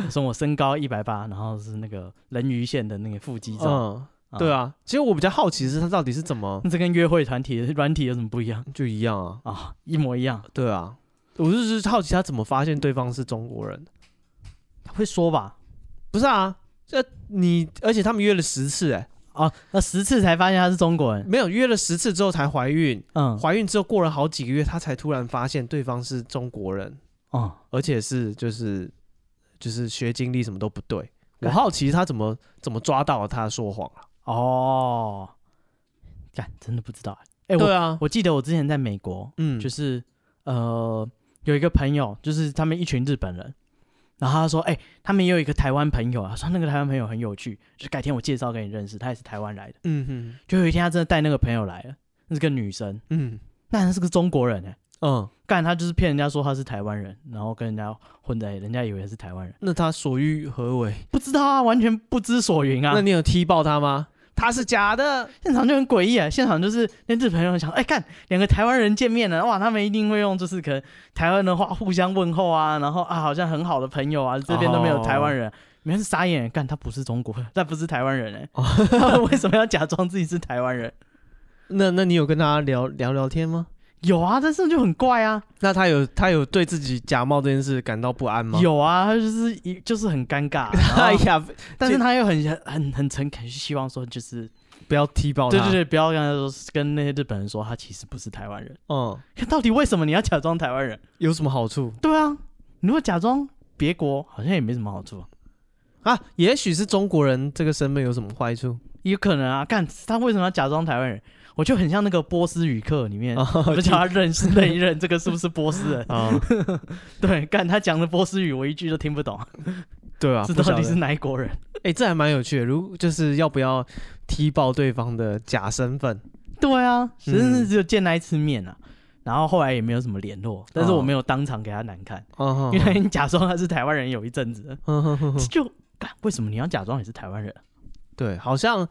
说我身高一百八，然后是那个人鱼线的那个腹肌照，嗯，对啊，其实我比较好奇的是他到底是怎么那这跟约会团体软体有什么不一样就一样啊？啊？一模一样，对啊，我就是好奇他怎么发现对方是中国人。会说吧？不是啊，这你而且他们约了十次哎、啊，那十次才发现他是中国人，没有约了十次之后才怀孕，嗯，怀孕之后过了好几个月，她才突然发现对方是中国人，哦，而且是就是就是学经历什么都不对。我干好奇她怎么怎么抓到她说谎啊了、哦，干，真的不知道欸。哎、我对啊，我记得我之前在美国，嗯，就是是呃，有一个朋友，就是他们一群日本人，然后他说，哎、他们也有一个台湾朋友啊，说那个台湾朋友很有趣，就是改天我介绍给你认识，他也是台湾来的。嗯哼就有一天他真的带那个朋友来了，那是个女生，嗯那她是个中国人哎、嗯，干他就是骗人家说他是台湾人，然后跟人家混在，人家以为是台湾人，那她所欲何为？不知道啊，完全不知所云啊。那你有踢爆她吗？她是假的，现场就很诡异啊！现场就是那日本人想，哎、看两个台湾人见面了，哇，他们一定会用就是可能台湾的话互相问候啊，然后啊，好像很好的朋友啊，这边都没有台湾人，你们是傻眼，干他不是中国人， 他不是台湾人哎、他们 为什么要假装自己是台湾人？那那你有跟她聊聊聊天吗？有啊，但是就很怪啊，那她有她有对自己假冒这件事感到不安吗？，有啊，他就是一就是很尴尬、 啊哎然后呀，但是他又很很很诚恳，希望说就是 不要踢爆她。对对对，不要跟他说跟那些日本人说他其实不是台湾人，嗯，到底为什么你要假装台湾人？有什么好处对啊，你如果假装别国，好像也没什么好处、啊。啊？也许是中国人这个身份有什么坏处？也有可能啊，干他为什么要假装台湾人？我就很像那个波斯语课里面，啊我就叫他认识认一认，这个是不是波 斯人？啊，对，干他讲的波斯语，我一句都听不懂，对啊，这不到晓底得是哪一国人？哎、这还蛮有趣的。如就是要不要踢爆对方的假身份？嗯对啊，只是只有见那一次面啊。然后后来也没有什么联络，但是我没有当场给他难看，哦，因为你假装他是台湾人有一阵子了，嗯哼哼哼就干为什么你要假装你是台湾人？ 对，好像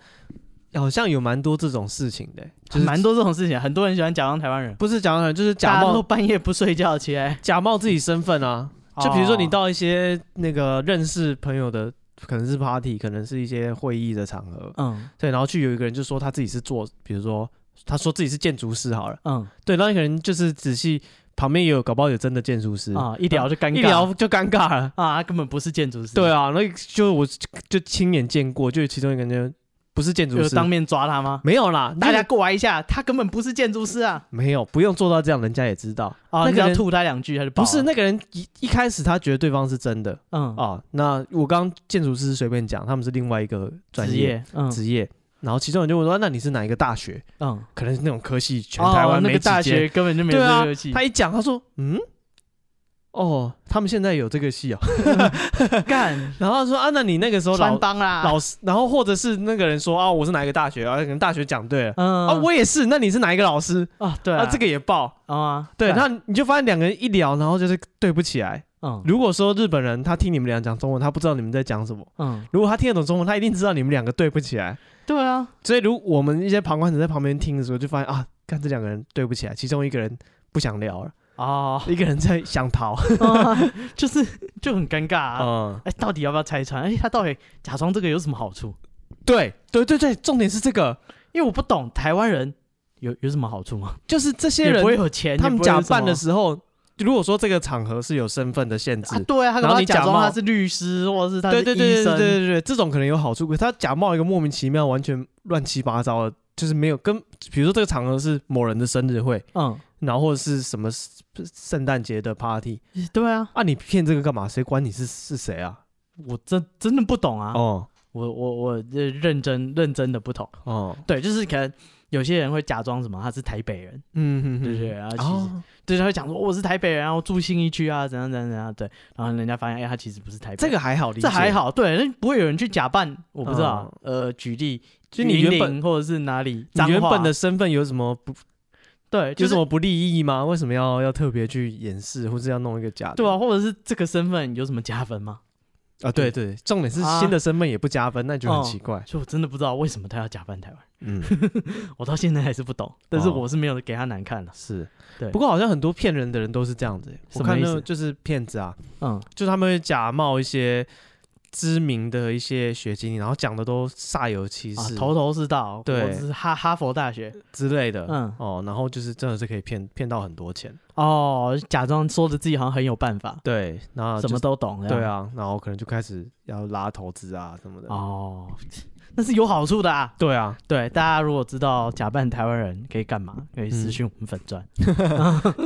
好像有蛮多这种事情的，就是蛮多这种事情，很多人喜欢假装台湾人，不是假冒人，就是假大家都冒半夜不睡觉起来。假冒自己身份啊。就比如说你到一些那个认识朋友的，可能是 party，可能是一些会议的场合，嗯对，然后去有一个人就说他自己是做，比如说他说自己是建筑师好了，嗯对，然后可能就是仔细旁边也有搞不好有真的建筑师，啊，一聊就尴尬，一聊就哦尴尬了。啊，他根本不是建筑师，对，啊，那就我就亲眼见过，就其中一个人就不是建筑就师，当面抓他吗？没有啦，大大家家过来一下，他根本不是建筑师啊！没有不用做到这样，人家也知道。哦啊，那你只个要人吐他两句，他就不爆了是那个人一一开始他觉得对方是真的嗯啊，那我刚建筑师随便讲，他们是另外一个专职业业嗯职业，然后其中人就问说，那你是哪一个大学？嗯，可能是那种科系，全台哦湾那没个几间大学根本就没有对啊这个系，，他一讲，他说嗯。哦，他们现在有这个系啊， 干然后他说啊，那你那个时候穿老帮啦，老师，然后或者是那个人说啊，我是哪一个大学啊，可能大学讲对了、嗯啊，我也是，那你是哪一个老师啊对啊这个个也报，啊对，那你就发现两个人一聊，然后就是对不起来。嗯如果说日本人他听你们俩讲中文，他不知道你们在讲什么；嗯如果他听得懂中文，他一定知道你们两个对不起来。对啊，所以，如我们一些旁观者在旁边听的时候，就发现啊，看这两个人对不起来，其中一个人不想聊了， 哦，一个人在想逃。啊就是就很尴尬啊。嗯，哎，到底要不要拆穿？哎，他到底假装这个有什么好处？对对对对，重点是这个，因为我不懂台湾人有有什么好处吗？就是这些也不会人有钱，他也们不会有假什么扮的时候，如果说这个场合是有身份的限制啊，，对啊，他然搞不后好你假假装冒他是律师，或者是他是对啊医对生，对对对对对，这种可能有好处，可是他假冒一个莫名其妙、完全乱七八糟的，就是没有跟，比如说这个场合是某人的生日会，嗯，然后或者是什么圣诞节的 party 对啊，啊，你骗这个干嘛？谁管你是是谁啊？我真真的不懂啊，哦我我我这认真认真的不懂。哦，对，就是可能有些人会假装什么他是台北人，嗯哼哼，对不对？啊然后其实、哦，对他会讲说、哦我是台北人啊，我住信义区啊，怎样怎样怎样，对，然后人家发现哎、他其实不是台北这人，个还好理解，嗯这还，好，对，那不会有人去假扮，我不知道，呃，举例，就你云原本林或者是哪里，你原彰化本的身份有什么不对，就有是什么不利益吗？为什么要要特别去掩饰，或是要弄一个假的？对啊，或者是这个身份有什么加分吗？啊，对对，重点是啊新的身份也不加分，那就很哦奇怪。所以我真的不知道为什么他要假扮台湾人。 嗯，我到现在还是不懂，但是哦我是没有给他难看了。是，对不过好像很多骗人的人都是这样子欸，什我么看意到思就是骗子啊，嗯，就是他们会假冒一些知名的一些学经理，然后讲的都煞有其啊事，头头是道，对我是哈哈佛大学，之类的，嗯哦，然后就是真的是可以骗骗到很多钱，哦，假装说的自己好像很有办法，对，那什么就是都懂，这样对，啊，然后可能就开始要拉投资啊什么的，哦，那是有好处的啊。对 啊，对，大家如果知道假扮台湾人可以干嘛，可以嗯私讯我们粉钻。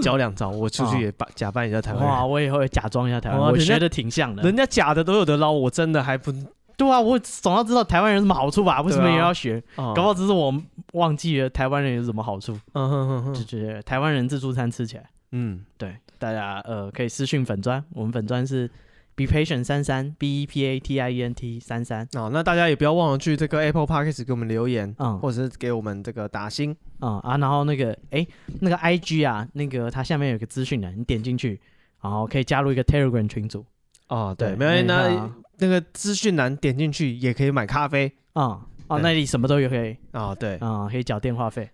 教两招，我出哦去也把假扮一下台湾哇，人。我也会假装一下台湾人，哇我人家学的挺像 的。人家假的都有得捞，我真的还不，对啊，我总要知道台湾人有什么好处吧？为什么对啊也要学？搞搞不好只是我忘记了台湾人有什么好处，嗯哼哼就哼，觉得台湾人自助餐吃起来。嗯，对，大家呃可以私讯粉砖，我们粉砖是 be patient 三三 b e p a t i e n t 三三，哦，那大家也不要忘了去这个 Apple Podcast 给我们留言，嗯或者是给我们这个打星，嗯啊，然后那个哎那个 i g 啊，那个它下面有个资讯栏，你点进去，然后可以加入一个 Telegram 群组。哦，对，对没关系，那你看那啊那个资讯栏点进去也可以买咖啡啊、嗯、哦，对那里什么都有可以啊、对啊、啊、可以缴电话费、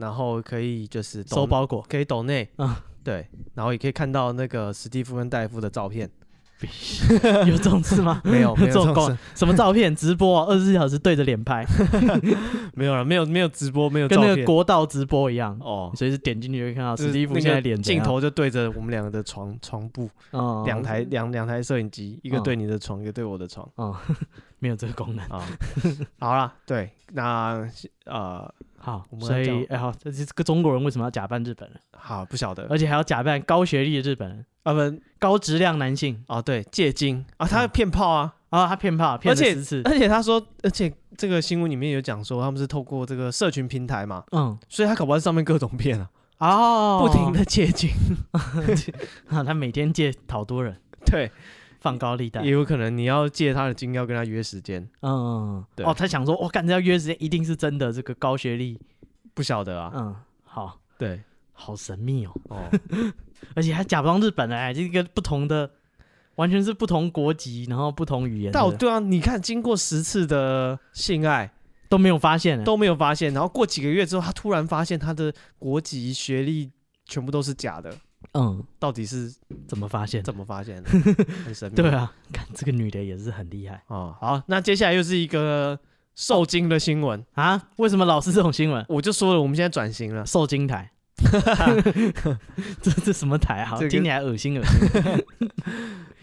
然后可以就是抖 收，包裹。可以抖内，嗯对，然后也可以看到那个史蒂夫跟戴夫的照片，？有这种事吗 没有，没有这种功功，什么照片直播，二十四小时对着 脸拍，没有了，没有没有直播，没有跟照那片个国道直播一样，哦你，随时点进去就会看到就是史蒂夫那个现在脸怎镜样，头就对着我们两个的床床布，嗯两台两两台摄影机，一个嗯对你的床，一个对我的床嗯，没有这个功能。 啊，好啦，对，那呃，好我，们所要以讲哎好，这这个中国人为什么要假扮日本人，好，不晓得而且还要假扮高学历的日本人，啊不高质量男性啊，对，借精啊，他嗯骗炮啊。啊，他骗炮骗了而且十次，而且他说，而且这个新闻里面有讲说，他们是透过这个社群平台嘛，嗯，所以他搞不好在上面各种骗啊，哦，不停的借精， 啊，他每天借好多人对，放高利贷也，有可能你要借他的精，要跟他约时间，嗯，对哦，他想说，我干这要约时间，一定是真的，这个高学历，不晓得啊，嗯，好，对，好神秘嗯哦，哦，而且还假装日本人，哎，这个不同的，完全是不同国籍，然后不同语言但我的，对啊，你看经过十次的性爱都没有发现，哎都没有发现，然后过几个月之后，他突然发现他的国籍、学历全部都是假的，嗯，到底是怎么发现？怎么发现 的？很神秘。对啊，看这个女的也是很厉害哦，好，那接下来又是一个受精的新闻，啊！为什么老是这种新闻？我就说了，我们现在转型了。受 精台，这这什么台啊这？个听起来恶心恶 心，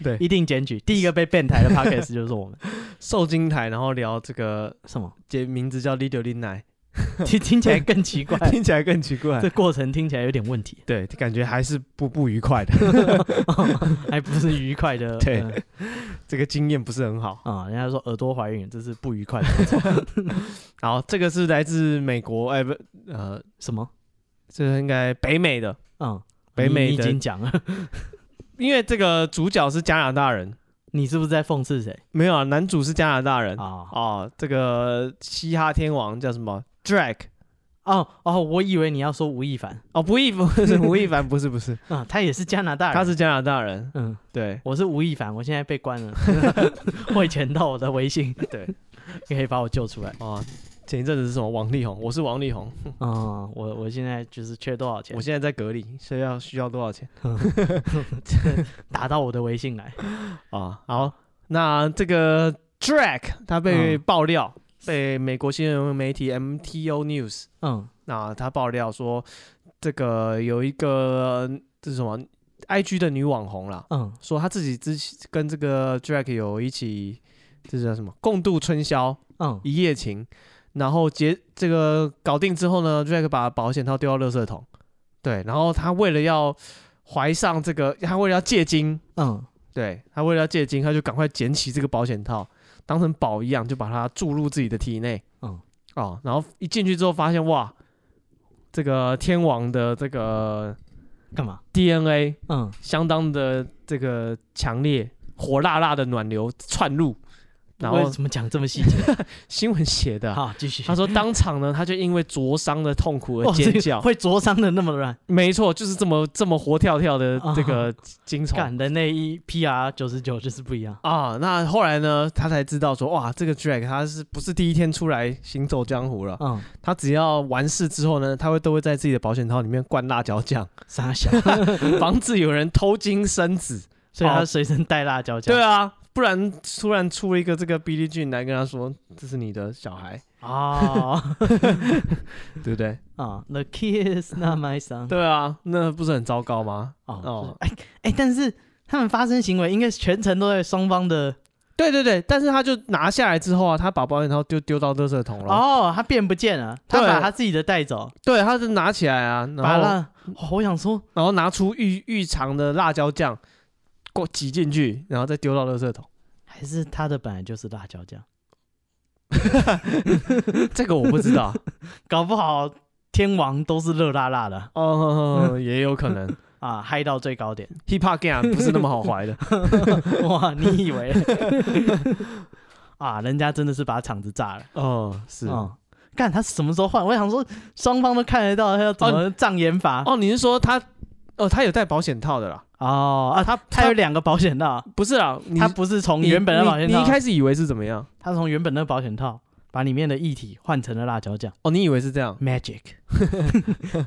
对一定检举。第一个被变台的 podcast 就是 我们，受精台，然后聊这个，什么？节名字叫 Lidio Lin 奶，听听起来更奇怪， 听起来更奇 怪这。过程听起来有点问 题， 对，感觉还是不不愉快的，还不是愉快的。 对呃 这个经验不是很好。啊、人家说耳朵怀孕，这是不愉快的 然后这个是来自美国，哎、不，呃，什么？这是应该北美的，嗯，北美你你已的经 讲了，因为这个主角是加拿大人，你是不是在讽 刺谁没有啊，男主是加拿大人啊、啊？哦，这个嘻哈天王叫什么 Drake 哦哦，我以为你要说吴亦凡哦，不亦 不是吴亦凡，不是不 是，啊、他也是加拿大人，他是加拿大人，嗯，对我是吴亦凡，我现在被关 了，汇钱到我的微信，对你可以把我救出 来。哦。前一阵子是什么？王力宏，我是王力宏，嗯，我我现在就是缺多少钱我，现在在隔离，需要需要多少钱打到我的微信来。啊？好，那这个 Drake 他被嗯爆料，被美国新闻媒体 MTO News 嗯那他爆料说，这个有一个这是什么 IG 的女网红啦，嗯说她自己之前跟这个 Drake 有一起，这叫什么共度春宵嗯，一夜情，然后结这个搞定之后呢，Drake 把保险套丢到垃圾桶，对，然后他为了要怀上这个，他为了要借精，嗯对他为了要借精，他就赶快捡起这个保险套，当成宝一样，就把它注入自己的体内。嗯，哦，然后一进去之后发现，哇，这个天王的这个干嘛？ DNA 嗯，相当的这个强烈，火辣辣的暖流窜入，然为后什么讲这么细 节？新闻写的啊、好，继 续。他说当场呢，他就因为灼伤的痛苦而哇这尖个叫。会灼伤的那么乱，没错，就是这么这么活跳跳的这个精虫。啊干人类一 PR 九十九就是不一样。啊，那后来呢？他才知道说，哇，这个 Drake 他是不是第一天出来行走江湖了？嗯，他只要完事之后呢，他会都会在自己的保险套里面灌辣椒 酱，傻小，防止有人偷金生子。所以他随身带辣椒酱。对啊，不然突然出了一个这个 Billy Jean 来跟他说，这是你的小孩， 啊对不对？啊，The kiss not my song。对啊，那不是很糟糕吗？哦哦，哎哎，但是他们发生行为应该全程都在双方的对对对，但是他就拿下来之后啊，他把保险套就丢到垃圾桶了。哦，他变不见了，他对把他自己的带走，对，他就拿起来啊，把然后了。哦我想说，然后拿出浴浴长的辣椒酱，过挤进去，然后再丢到垃圾桶。 还是他的本来就是辣椒酱，这个我不 知道，搞不好天王都是热辣辣的哦，也有可能啊，嗨到最 高点。 hip hop game 不是那么好怀 的。哇，你以为 啊？人家真的是把场子炸了。哦，是。嗯，干他什么时候换？我想说，双方都看得到，他要怎么障眼法？哦，你是说他？哦，他有戴保险套的啦，哦啊，他他有两个保险套，不是啦，你他不是从你原本的保险你，你套一，开始以为是怎么样？他从原本那个保险套把里面的液体换成了辣椒酱哦，你以为是这样？ ，magic，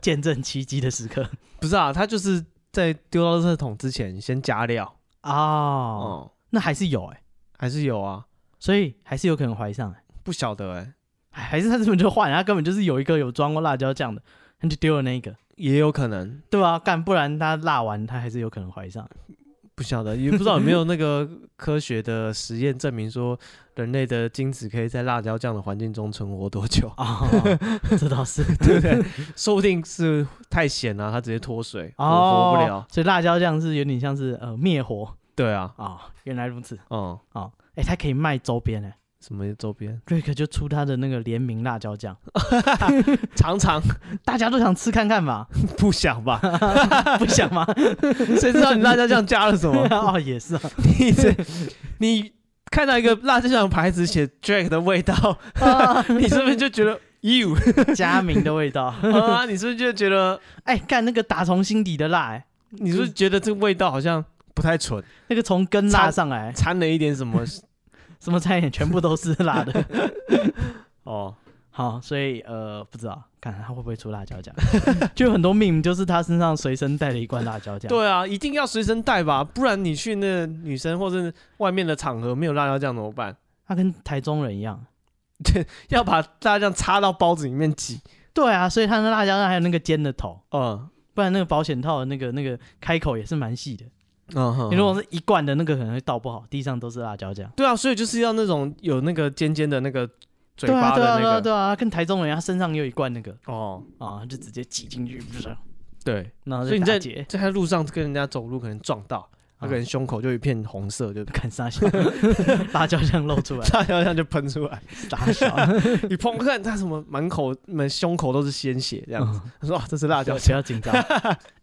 见证奇迹的时刻。不是啊，他就是在丢到垃圾桶之前先加料。哦，哦，那还是有哎、还是有啊，所以还是有可能怀上哎、不晓得哎、哎还是他根本就换，他根本就是有一个有装过辣椒酱的，他就丢了那一个，也有可能对啊，干不然他辣完他还是有可能怀上。，不晓得， 也不知道有没有那个科学的实验证明说，人类的精子可以在辣椒酱的环境中存活多久 哦， 这倒是对不对？说不定是太咸了、它直接脱水， 我哦，活不了。所以辣椒酱是有点像是呃灭活对啊，啊、原来如此嗯，哦，哎、它可以卖周边哎、什么周边瑞克就出他的那个联名辣椒酱，常常 大家都想吃看看嘛，不想吧？ 不想 吗？谁知道你辣椒酱加了什么？ 哦，也是啊，你这你看到一个辣椒酱牌子写 Jack 的味道， 啊你是不是就觉得 you 佳明的味道。啊，你是不是就觉得，哎，干那个打从心底的辣、哎，你是不是觉得这个味道好像不太纯，那个从根辣上来，掺了一点什么？什么菜也全部都是辣的。 哦，好，所以呃，不知道看他会不会出辣 椒酱，就有很多命就是他身上随身带了一罐辣椒酱。，对啊，一定要随身带吧，不然你去那女生或者外面的场合没有辣椒酱怎么办？ 他跟台中人一样。要把辣椒酱插到包子里面挤。对啊，所以他那辣椒酱还有那个尖的头，嗯不然那个保险套的那个那个开口也是蛮细的。嗯哼你如果是一罐的那个，可能会倒不好，地上都是辣椒酱。对啊，所以就是要那种有那个尖尖的那个嘴对啊，巴对啊，的对啊，那个。对啊，跟台中人一样，他身上也有一罐那个哦，啊，就直接挤进去，不是？对，然后所以你在在结在路上跟人家走路可能撞到，嗯他可能胸口就一片红色， 就看傻笑，辣椒酱露出 来，辣椒酱就喷出来。傻笑。你碰看他什么满口满胸口都是鲜血这这样子，他说哇啊这是辣椒 不酱。要紧张，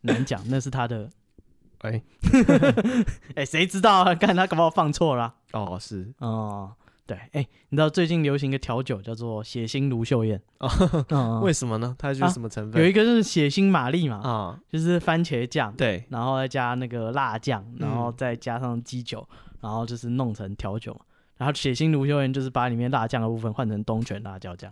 难讲，那是他的。哎哎，谁知道啊？ 看他搞不好放错了啊。哦是哦，对，哎，你知道最近流行一个调酒叫做血腥卢秀燕，哦，嗯为什么呢？它是啊什么成有分？一个就是血腥玛丽嘛，啊，就是番茄酱，对，然后再加那个辣酱，然后嗯再加上鸡酒，然后就是弄成调酒嘛。然后血腥卢秀燕就是把里面辣酱的部分换成东泉辣椒酱，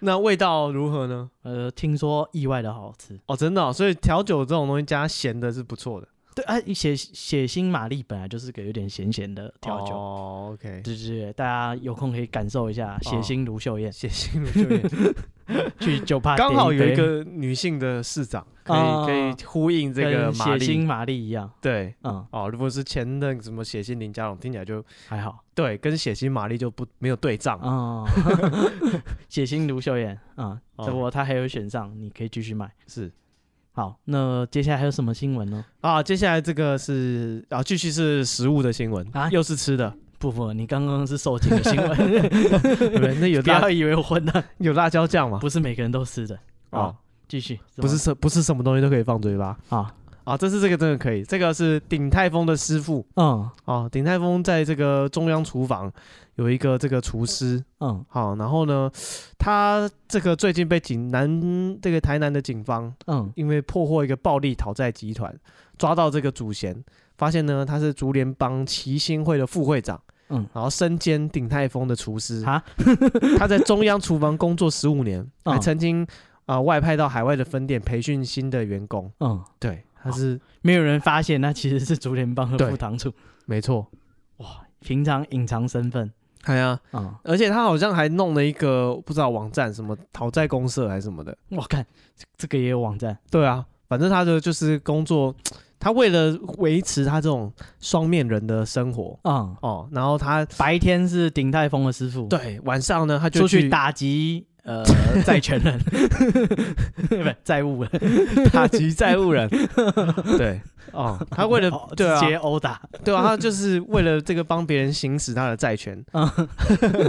那味道如何呢？呃，听说意外的好吃。哦，真的哦，所以调酒这种东西加咸的是不错的。对啊，血血腥玛丽本来就是个有点咸咸的调酒，哦，OK，哦对对对，大家有空可以感受一下血腥卢秀燕，血腥乳 就也去酒吧 刚好点有一杯个女性的市长，可啊以可以呼应这个跟玛血腥丽。玛丽一样，对，嗯，哦，如果是前任什么血腥林家龙，听起来就还好，对，跟血腥玛丽就不没有对仗。哦， 血腥卢秀燕啊，嗯哦这不他还有选上，你可以继续买。是好，那接下来还有什么新闻呢？啊，接下来这个是啊，继续是食物的新 闻啊又是吃的，不不，你刚刚是受惊的新闻， 对不对？那有不辣要以为我混的，有辣椒酱嘛？不是每个人都吃的。哦，继续，不是什不是什么东西都可以放嘴巴啊，啊，这是这个真的可以，这个是鼎泰丰的师傅嗯啊，鼎泰丰在这个中央厨房有一个这个厨师，嗯好，然后呢，他这个最近被警南这个台南的警方嗯，因为破获一个暴力讨债集团，抓到这个主嫌，发现呢他是竹联帮齐兴会的副会长，嗯然后身兼鼎泰丰的厨师，啊他在中央厨房工作十五年，嗯还曾经啊、呃外派到海外的分店培训新的员工，嗯，对，他是没有人发现那其实是竹联帮的对副堂主，没错，平常隐藏身份。哎呀，嗯，而且他好像还弄了一个不知道网站什么讨债公社还是什么的，我看这这个也有网站，对啊，反正他的就是工作，他为了维持他这种双面人的生活嗯，哦，然后他白天是鼎泰丰的师傅，，对晚上呢，他就出去去 打击呃 债权人，不债务人，打击债务人， 对哦，他为了哦对直啊接殴打，对啊，他就是为了这个帮别人行使他的债权， 嗯，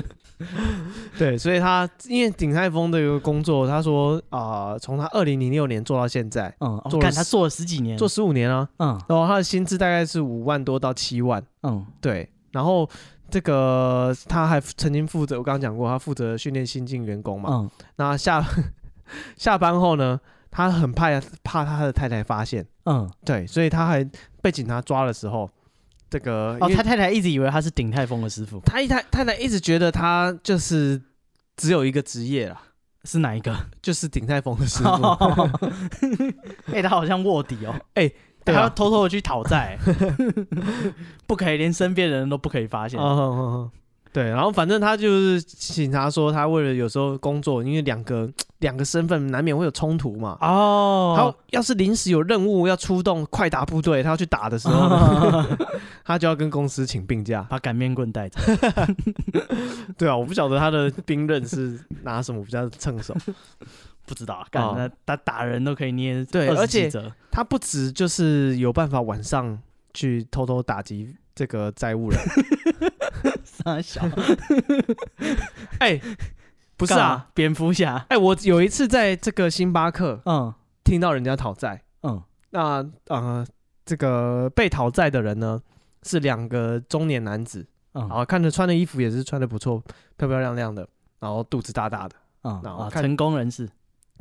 对，所以他因为鼎泰丰的一个工作，他说啊，从他二零零六年做到现在，嗯，我做了看他十做了十几年，做十五年啊，嗯然后他的薪资大概是五万多到七万。嗯对，然后这个他还曾经负责，我刚刚讲过，他负责训练新进员工嘛。嗯，那下 下班后呢，他很怕怕他的太太发现，嗯，对，所以他还被警察抓的时候，这个因哦，为他太太一直以为他是鼎泰丰的师傅，他一太太太一直觉得他就是只有一个职业啦，是哪一个？就是鼎泰丰的师 傅。 哎，他好像卧底哦，哎他对啊要偷偷的去讨债，不可以连身边的人都不可以发现嗯，嗯嗯哦嗯对，然后反正他就是警察说，他为了有时候工作，因为两个两个身份难免会有冲突嘛，他哦，要是临时有任务要出动快打部队，他要去打的时候呢，哦 他就要跟公司请病假。 把擀面棍带走，对啊，我不晓得他的兵刃是拿什么比较趁手。不知道啊，干哦那他打人都可以捏对27而且折他不止就是有办法晚上去偷偷打击这个债务人，傻小，哎、不 不是啊，，蝙蝠侠，哎、我有一次在这个星巴克嗯听到人家讨债，嗯那呃，这个被讨债的人呢是两个中年男子，嗯，然后看着穿的衣服也是穿的不错，漂漂亮亮的，然后肚子大大的，嗯那我啊，看成功人士，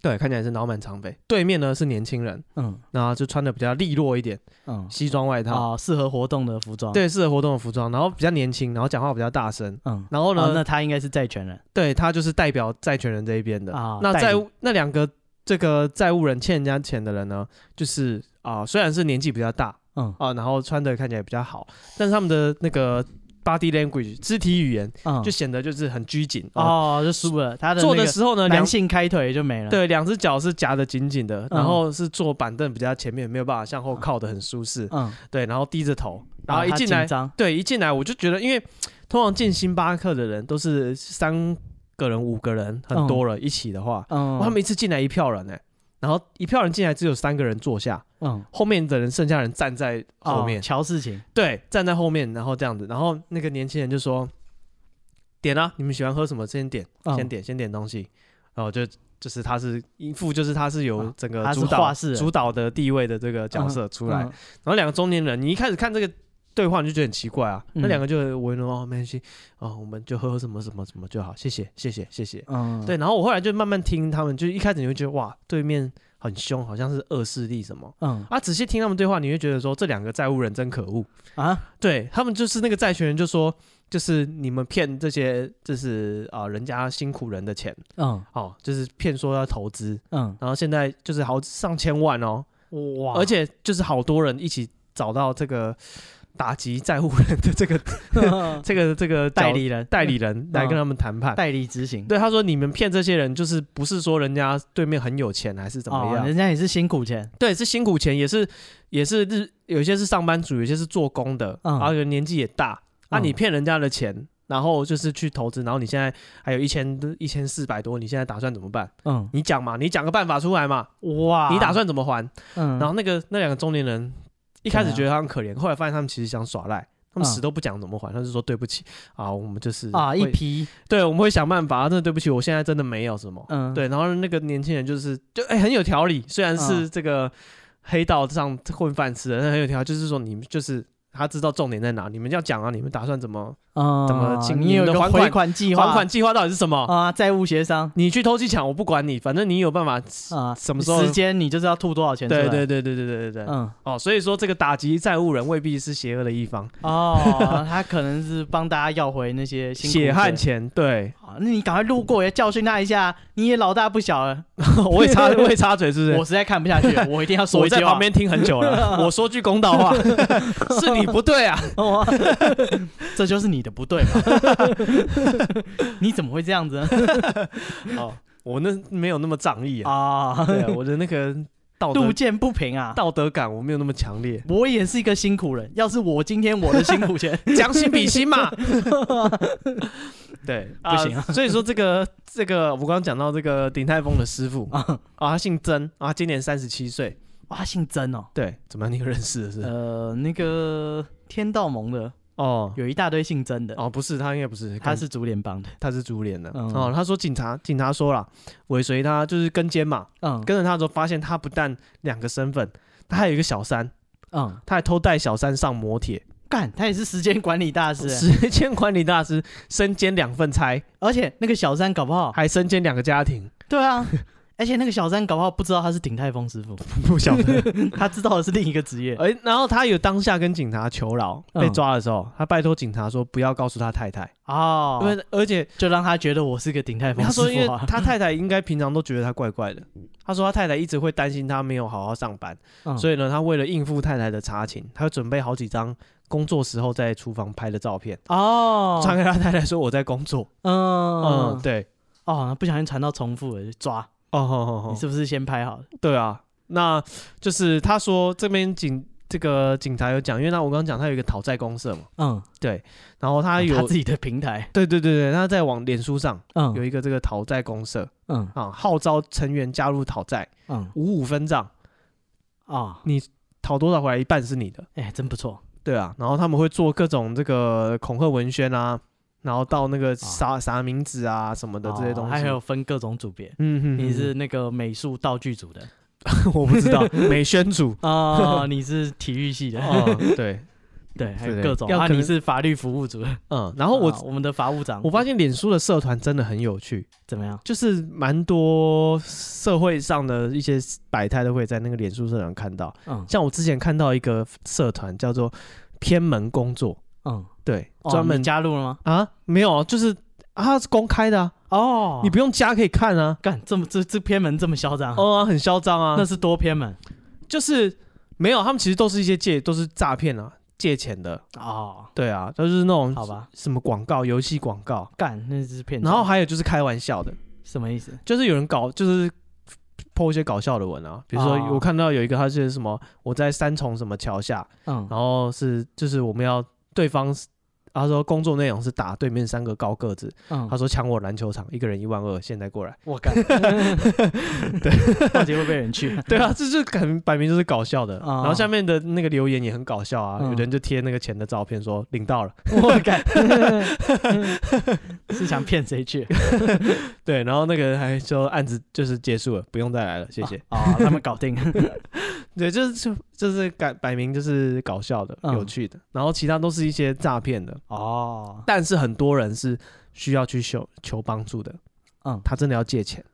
对，看起来是脑满肠肥。对面呢是年轻人，嗯然后就穿的比较利落一点，嗯，西装外套，啊，适合活动的服装，，对，适合活动的服装，然后比较年轻，然后讲话比较大声。嗯，然后呢，哦，那他应该是债权人对他就是代表债权人这一边的。啊，那代理债务那两个这个债务人欠人家钱的人呢，就是啊、虽然是年纪比较大嗯啊、然后穿的看起来比较好，但是他们的那个 body language 肢体语言嗯，就就显得就是很拘谨啊。哦就输了，他的坐那的个时候呢，两男性开腿就没了，，对两只脚是夹得紧紧的，嗯然后是坐板凳比较前面，没有办法向后靠得很舒适。嗯， 对，然后低着头，然后啊一他进来紧，张对，一进来我就觉得，因为通常进星巴克的人都是三个人、五个人，很多了、一起的话，嗯，哇他们一次进来一票人呢、然后一票人进来只有三个人坐下，嗯后面的人剩下人站在后哦面，乔事情，对，站在后面，然后这样子，然后那个年轻人就说：“点啊，你们喜欢喝什么？先点，嗯先点，先点东西。”然后就就是他是一副就是他是有啊整个他是主导、话事人嗯主导的地位的这个角色出来，然后两个中年人，你一开始看这个对话你就觉得很奇怪啊，嗯那两个就围拢哦，没关系哦，我们就喝什么什么什么就好，谢谢谢谢谢谢。嗯，嗯，对，然后我后来就慢慢听他们，就一开始你会觉得哇，对面很凶，好像是恶势力什么嗯啊。仔细听他们对话，你会觉得说这两个债务人真可恶。啊，对他们就是那个债权人就说，就是你们骗这些就是啊、人家辛苦人的钱嗯哦，就是骗说要投资，嗯，然后现在就是好上千万哦，哇而且就是好多人一起找到这个打击债务人的这个这个这个角代理人代理人来跟他们谈判。 代理执行，对，他说你们骗这些人，就是不是说人家对面很有钱还是怎么哦样？人家也是辛苦钱，对，是辛苦钱，也是也是日，有些是上班族，有些是做工的，嗯然后有年纪也大，啊，嗯你骗人家的钱。然后就是去投资，然后你现在还有一千一千四百多，你现在打算怎么办？嗯，你讲嘛，你讲个办法出来嘛，哇，你打，算怎么还？啊嗯，然后那个那两个中年人一开始对啊觉得他很可怜，后来发现他们其实想耍赖，他们嗯死都不讲怎么还，他就说对不起啊，我们就是啊一会批，对，我们会想办法，啊真的对不起，我现在真的没有什么。嗯，对，然后那个年轻人就是就哎、很有条理，虽然是嗯这个黑道上混饭吃的，但很有条理，就是说你们就是他知道重点在哪，你们要讲啊，你们打算怎么啊，怎么请你有你们一的个还回款款计划，还款计划到嗯底是什么？啊，债务协商你去偷鸡抢，我不管你，反正你有办法。啊，什么时候时间你就是要吐多少钱出来？对对对对对对对对。嗯，哦，所以说这个打击债务人未必是邪恶的一方，哦，他可能是帮大家要回那些辛苦血汗钱。钱。 对，啊那你赶快路过也教训他一下，你也老大不小了， 我也插 我也插嘴，是不是？我实在看不下去了，我一定要说我一句在话。旁边听很久 了，我说句公道话，是你不对啊。哦， 这就是你的不对嘛， 你怎么会这样子呢？哦，我那没有那么仗义 啊，啊，对啊我的那个道德路见不平啊！，道德感我没有那么强烈我也是一个辛苦人，要是我今天我的辛苦钱， 将心比心嘛。 对，不行啊 所以说这个这个，我刚刚讲到这个鼎泰丰的师傅 啊，他姓曾啊，今年三十七岁。哇，姓曾哦，对，怎么样？你有认识的是？呃，那个天道盟的哦有一大堆姓曾的，哦，不是，他应该不是，他是竹联帮的，他是猪脸的。嗯哦，他说警察警察说了，尾随他就是跟监嘛，嗯跟着他的时候，发现他不但两个身份，他还有一个小三，嗯，他还偷带小三上摩铁，干，他也是时间管理大师欸，时间管理大师，身兼两份差，而且那个小三搞不好，还身兼两个家庭，对啊，而且那个小三搞不好不知道他是鼎泰丰师傅，不晓得。 他知道的是另一个职业，哎、然后他有当下跟警察求饶，嗯被抓的时候，他拜托警察说不要告诉他太太，哦，因为而且就让他觉得我是个鼎泰丰他师说，因为傅啊， 他太太应该平常都觉得他怪怪的，他说他太太一直会担心他没有好好上班，嗯所以呢，他为了应付太太的查寝，他会准备好几张工作时候在厨房拍的照片，哦，传给他太太说我在工作。嗯嗯，对，哦，不小心传到重复了，就抓。哦吼吼吼你是不是先拍好了？对啊，那就是他说这边警这个警察有讲，因为那我刚刚讲他有一个讨债公社嘛，嗯，然后他有、哦他自己的平台。对对对对，他在往脸书上有嗯一个这个讨债公社嗯啊，号召成员加入讨债，嗯五五分账，哦，讨多少回来一半是你的，哎，真不错。对啊，然后他们会做各种这个恐吓文宣啊，然后到那个啥、啥名字啊什么的这些东西，啊哦还有分各种组别。嗯哼，你是那个美术道具组的 我不知道美宣组 啊，你是体育系的哦哦，对，对，还有对各种。要啊，可能你是法律服务主任，嗯，然后我、啊我们的法务长，我发现脸书的社团真的很有趣，怎么样？就是蛮多社会上的一些百态都会在那个脸书社团看到。嗯像我之前看到一个社团叫做偏门工作，嗯，对，哦专、你门加入了吗？啊没有，就是啊它是公开的啊，哦你不用加可以看啊。干这么这这偏门这么嚣张啊，哦、啊，很嚣张啊！那是多偏门就是没有，他们其实都是一些借，都是诈骗啊，借钱的。哦，对啊，就是那种好吧，什么广告、游戏广告，干那是骗子。然后还有就是开玩笑的，什么意思？就是有人搞，就是抛一些搞笑的文啊。比如说哦，我看到有一个他是什么，我在三重什么桥下，嗯，然后是就是我们要对方是，他说工作内容是打对面三个高个子，嗯他说抢我篮球场，一个人一万二，现在过来。 我干，到底会不会有人去？对啊，这就很摆明就是搞笑的。哦然后下面的那个留言也很搞笑啊，嗯有人就贴那个钱的照片说领到了。 我干， 是想骗谁 去？对，然后那个人还说案子就是结束了，不用再来了，谢谢。哦，他们搞定。对，就是就就是摆摆明就是搞笑的、嗯有趣的，然后其他都是一些诈骗的，哦，但是很多人是需要去求求帮助的，嗯他真的要借钱，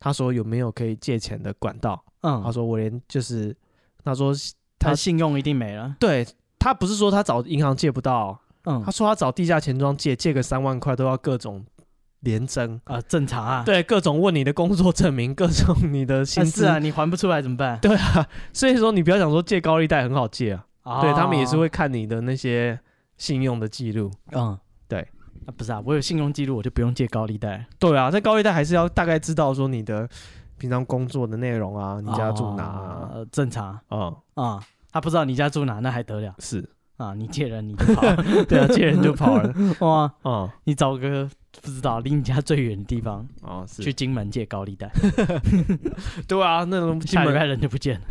他说有没有可以借钱的管道？他嗯，说我连就是，他说他信用一定没了。对他不是说他找银行借不到，哦嗯他说他找地下钱庄借，借个三万块都要各种连征。啊，正常啊。对，各种问你的工作证明，各种你的薪但资是啊，你还不出来怎么办？对啊，所以说你不要想说借高利贷很好借啊，哦对他们也是会看你的那些信用的记录。嗯，对啊，不是啊，我有信用记录，我就不用借高利贷。对啊，在高利贷还是要大概知道说你的平常工作的内容啊，你家住哪哦啊，呃正常啊嗯，啊。他不知道你家住哪，那还得了是， 啊？你借人你就跑对啊，借人就跑 了，哇！嗯，你找个不知道离你家最远的地方哦是去，金门借高利贷，对啊，那种 金下礼门拜人就不见了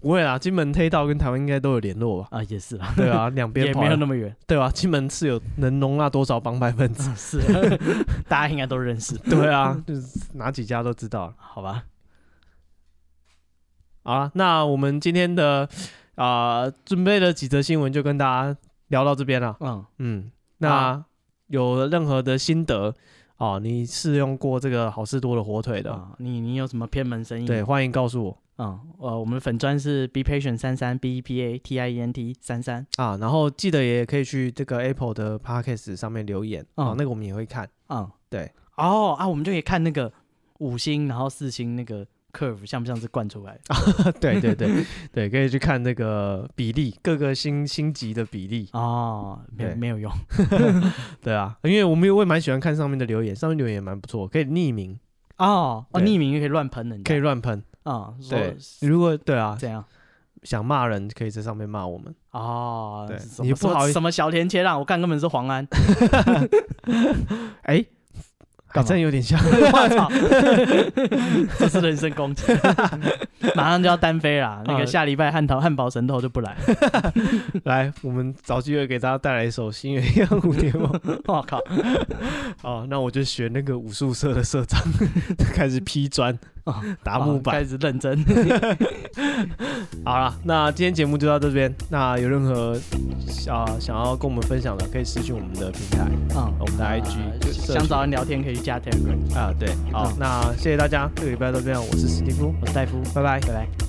不会啦，金门黑道跟台湾应该都有联络吧？啊！也是 啊，对 啊，两边也跑没有来，那么 远，对啊，金门是有能容纳多少帮派分子？啊是， 大家应该都认识，对 啊，就是哪几家都知道了。好吧？好啦，那我们今天的啊、呃准备了几则新闻，就跟大家聊到这边了。嗯，嗯，那、啊有任何的心得哦，你试用过这个好事多的火腿的，啊，嗯你你有什么偏门生意？对，，欢迎告诉我嗯，呃，我们粉砖是 be patient 三三 b e p a t i e n t 三三，啊。然后记得也可以去这个 Apple 的 Podcast 上面留言啊、嗯哦，那个我们也会看。 嗯，对，哦啊，我们就可以看那个五星，然后四星那个 curve 像不像是灌出来的对对 对对，可以去看那个比例，各个星星级的比例。哦，没有对没有用， 对啊，因为我们也我也蛮喜欢看上面的留言，上面留言也蛮不错，可以匿名，哦，哦，对匿名也可以乱喷人家，可以乱喷。啊，说对，如果对啊，怎样？想骂人可以在上面骂 我们。 哦，对什么你不好意思什么小田切让，我看根本是黄安， 哎、还干嘛真有点像。我操，这是人身攻击， 马上就要单飞啦，那个嗯下礼拜汉堡汉堡神偷就 不来，来，我们找机会给大家带来一首《新鸳鸯蝴蝶 梦》我靠，哦，那我就学那个武术社的社长， 开始劈砖哦、打木板开。始 认真，好了，那今天节目就到这边。那有任何啊、想要跟我们分享的，可以私信我们的平台嗯，我们的啊 IG 就社想群找人聊天可以去加 Telegram，啊。对，好，嗯那谢谢大家，这个礼拜到这样，我是史蒂夫，我是戴夫，拜拜。拜拜。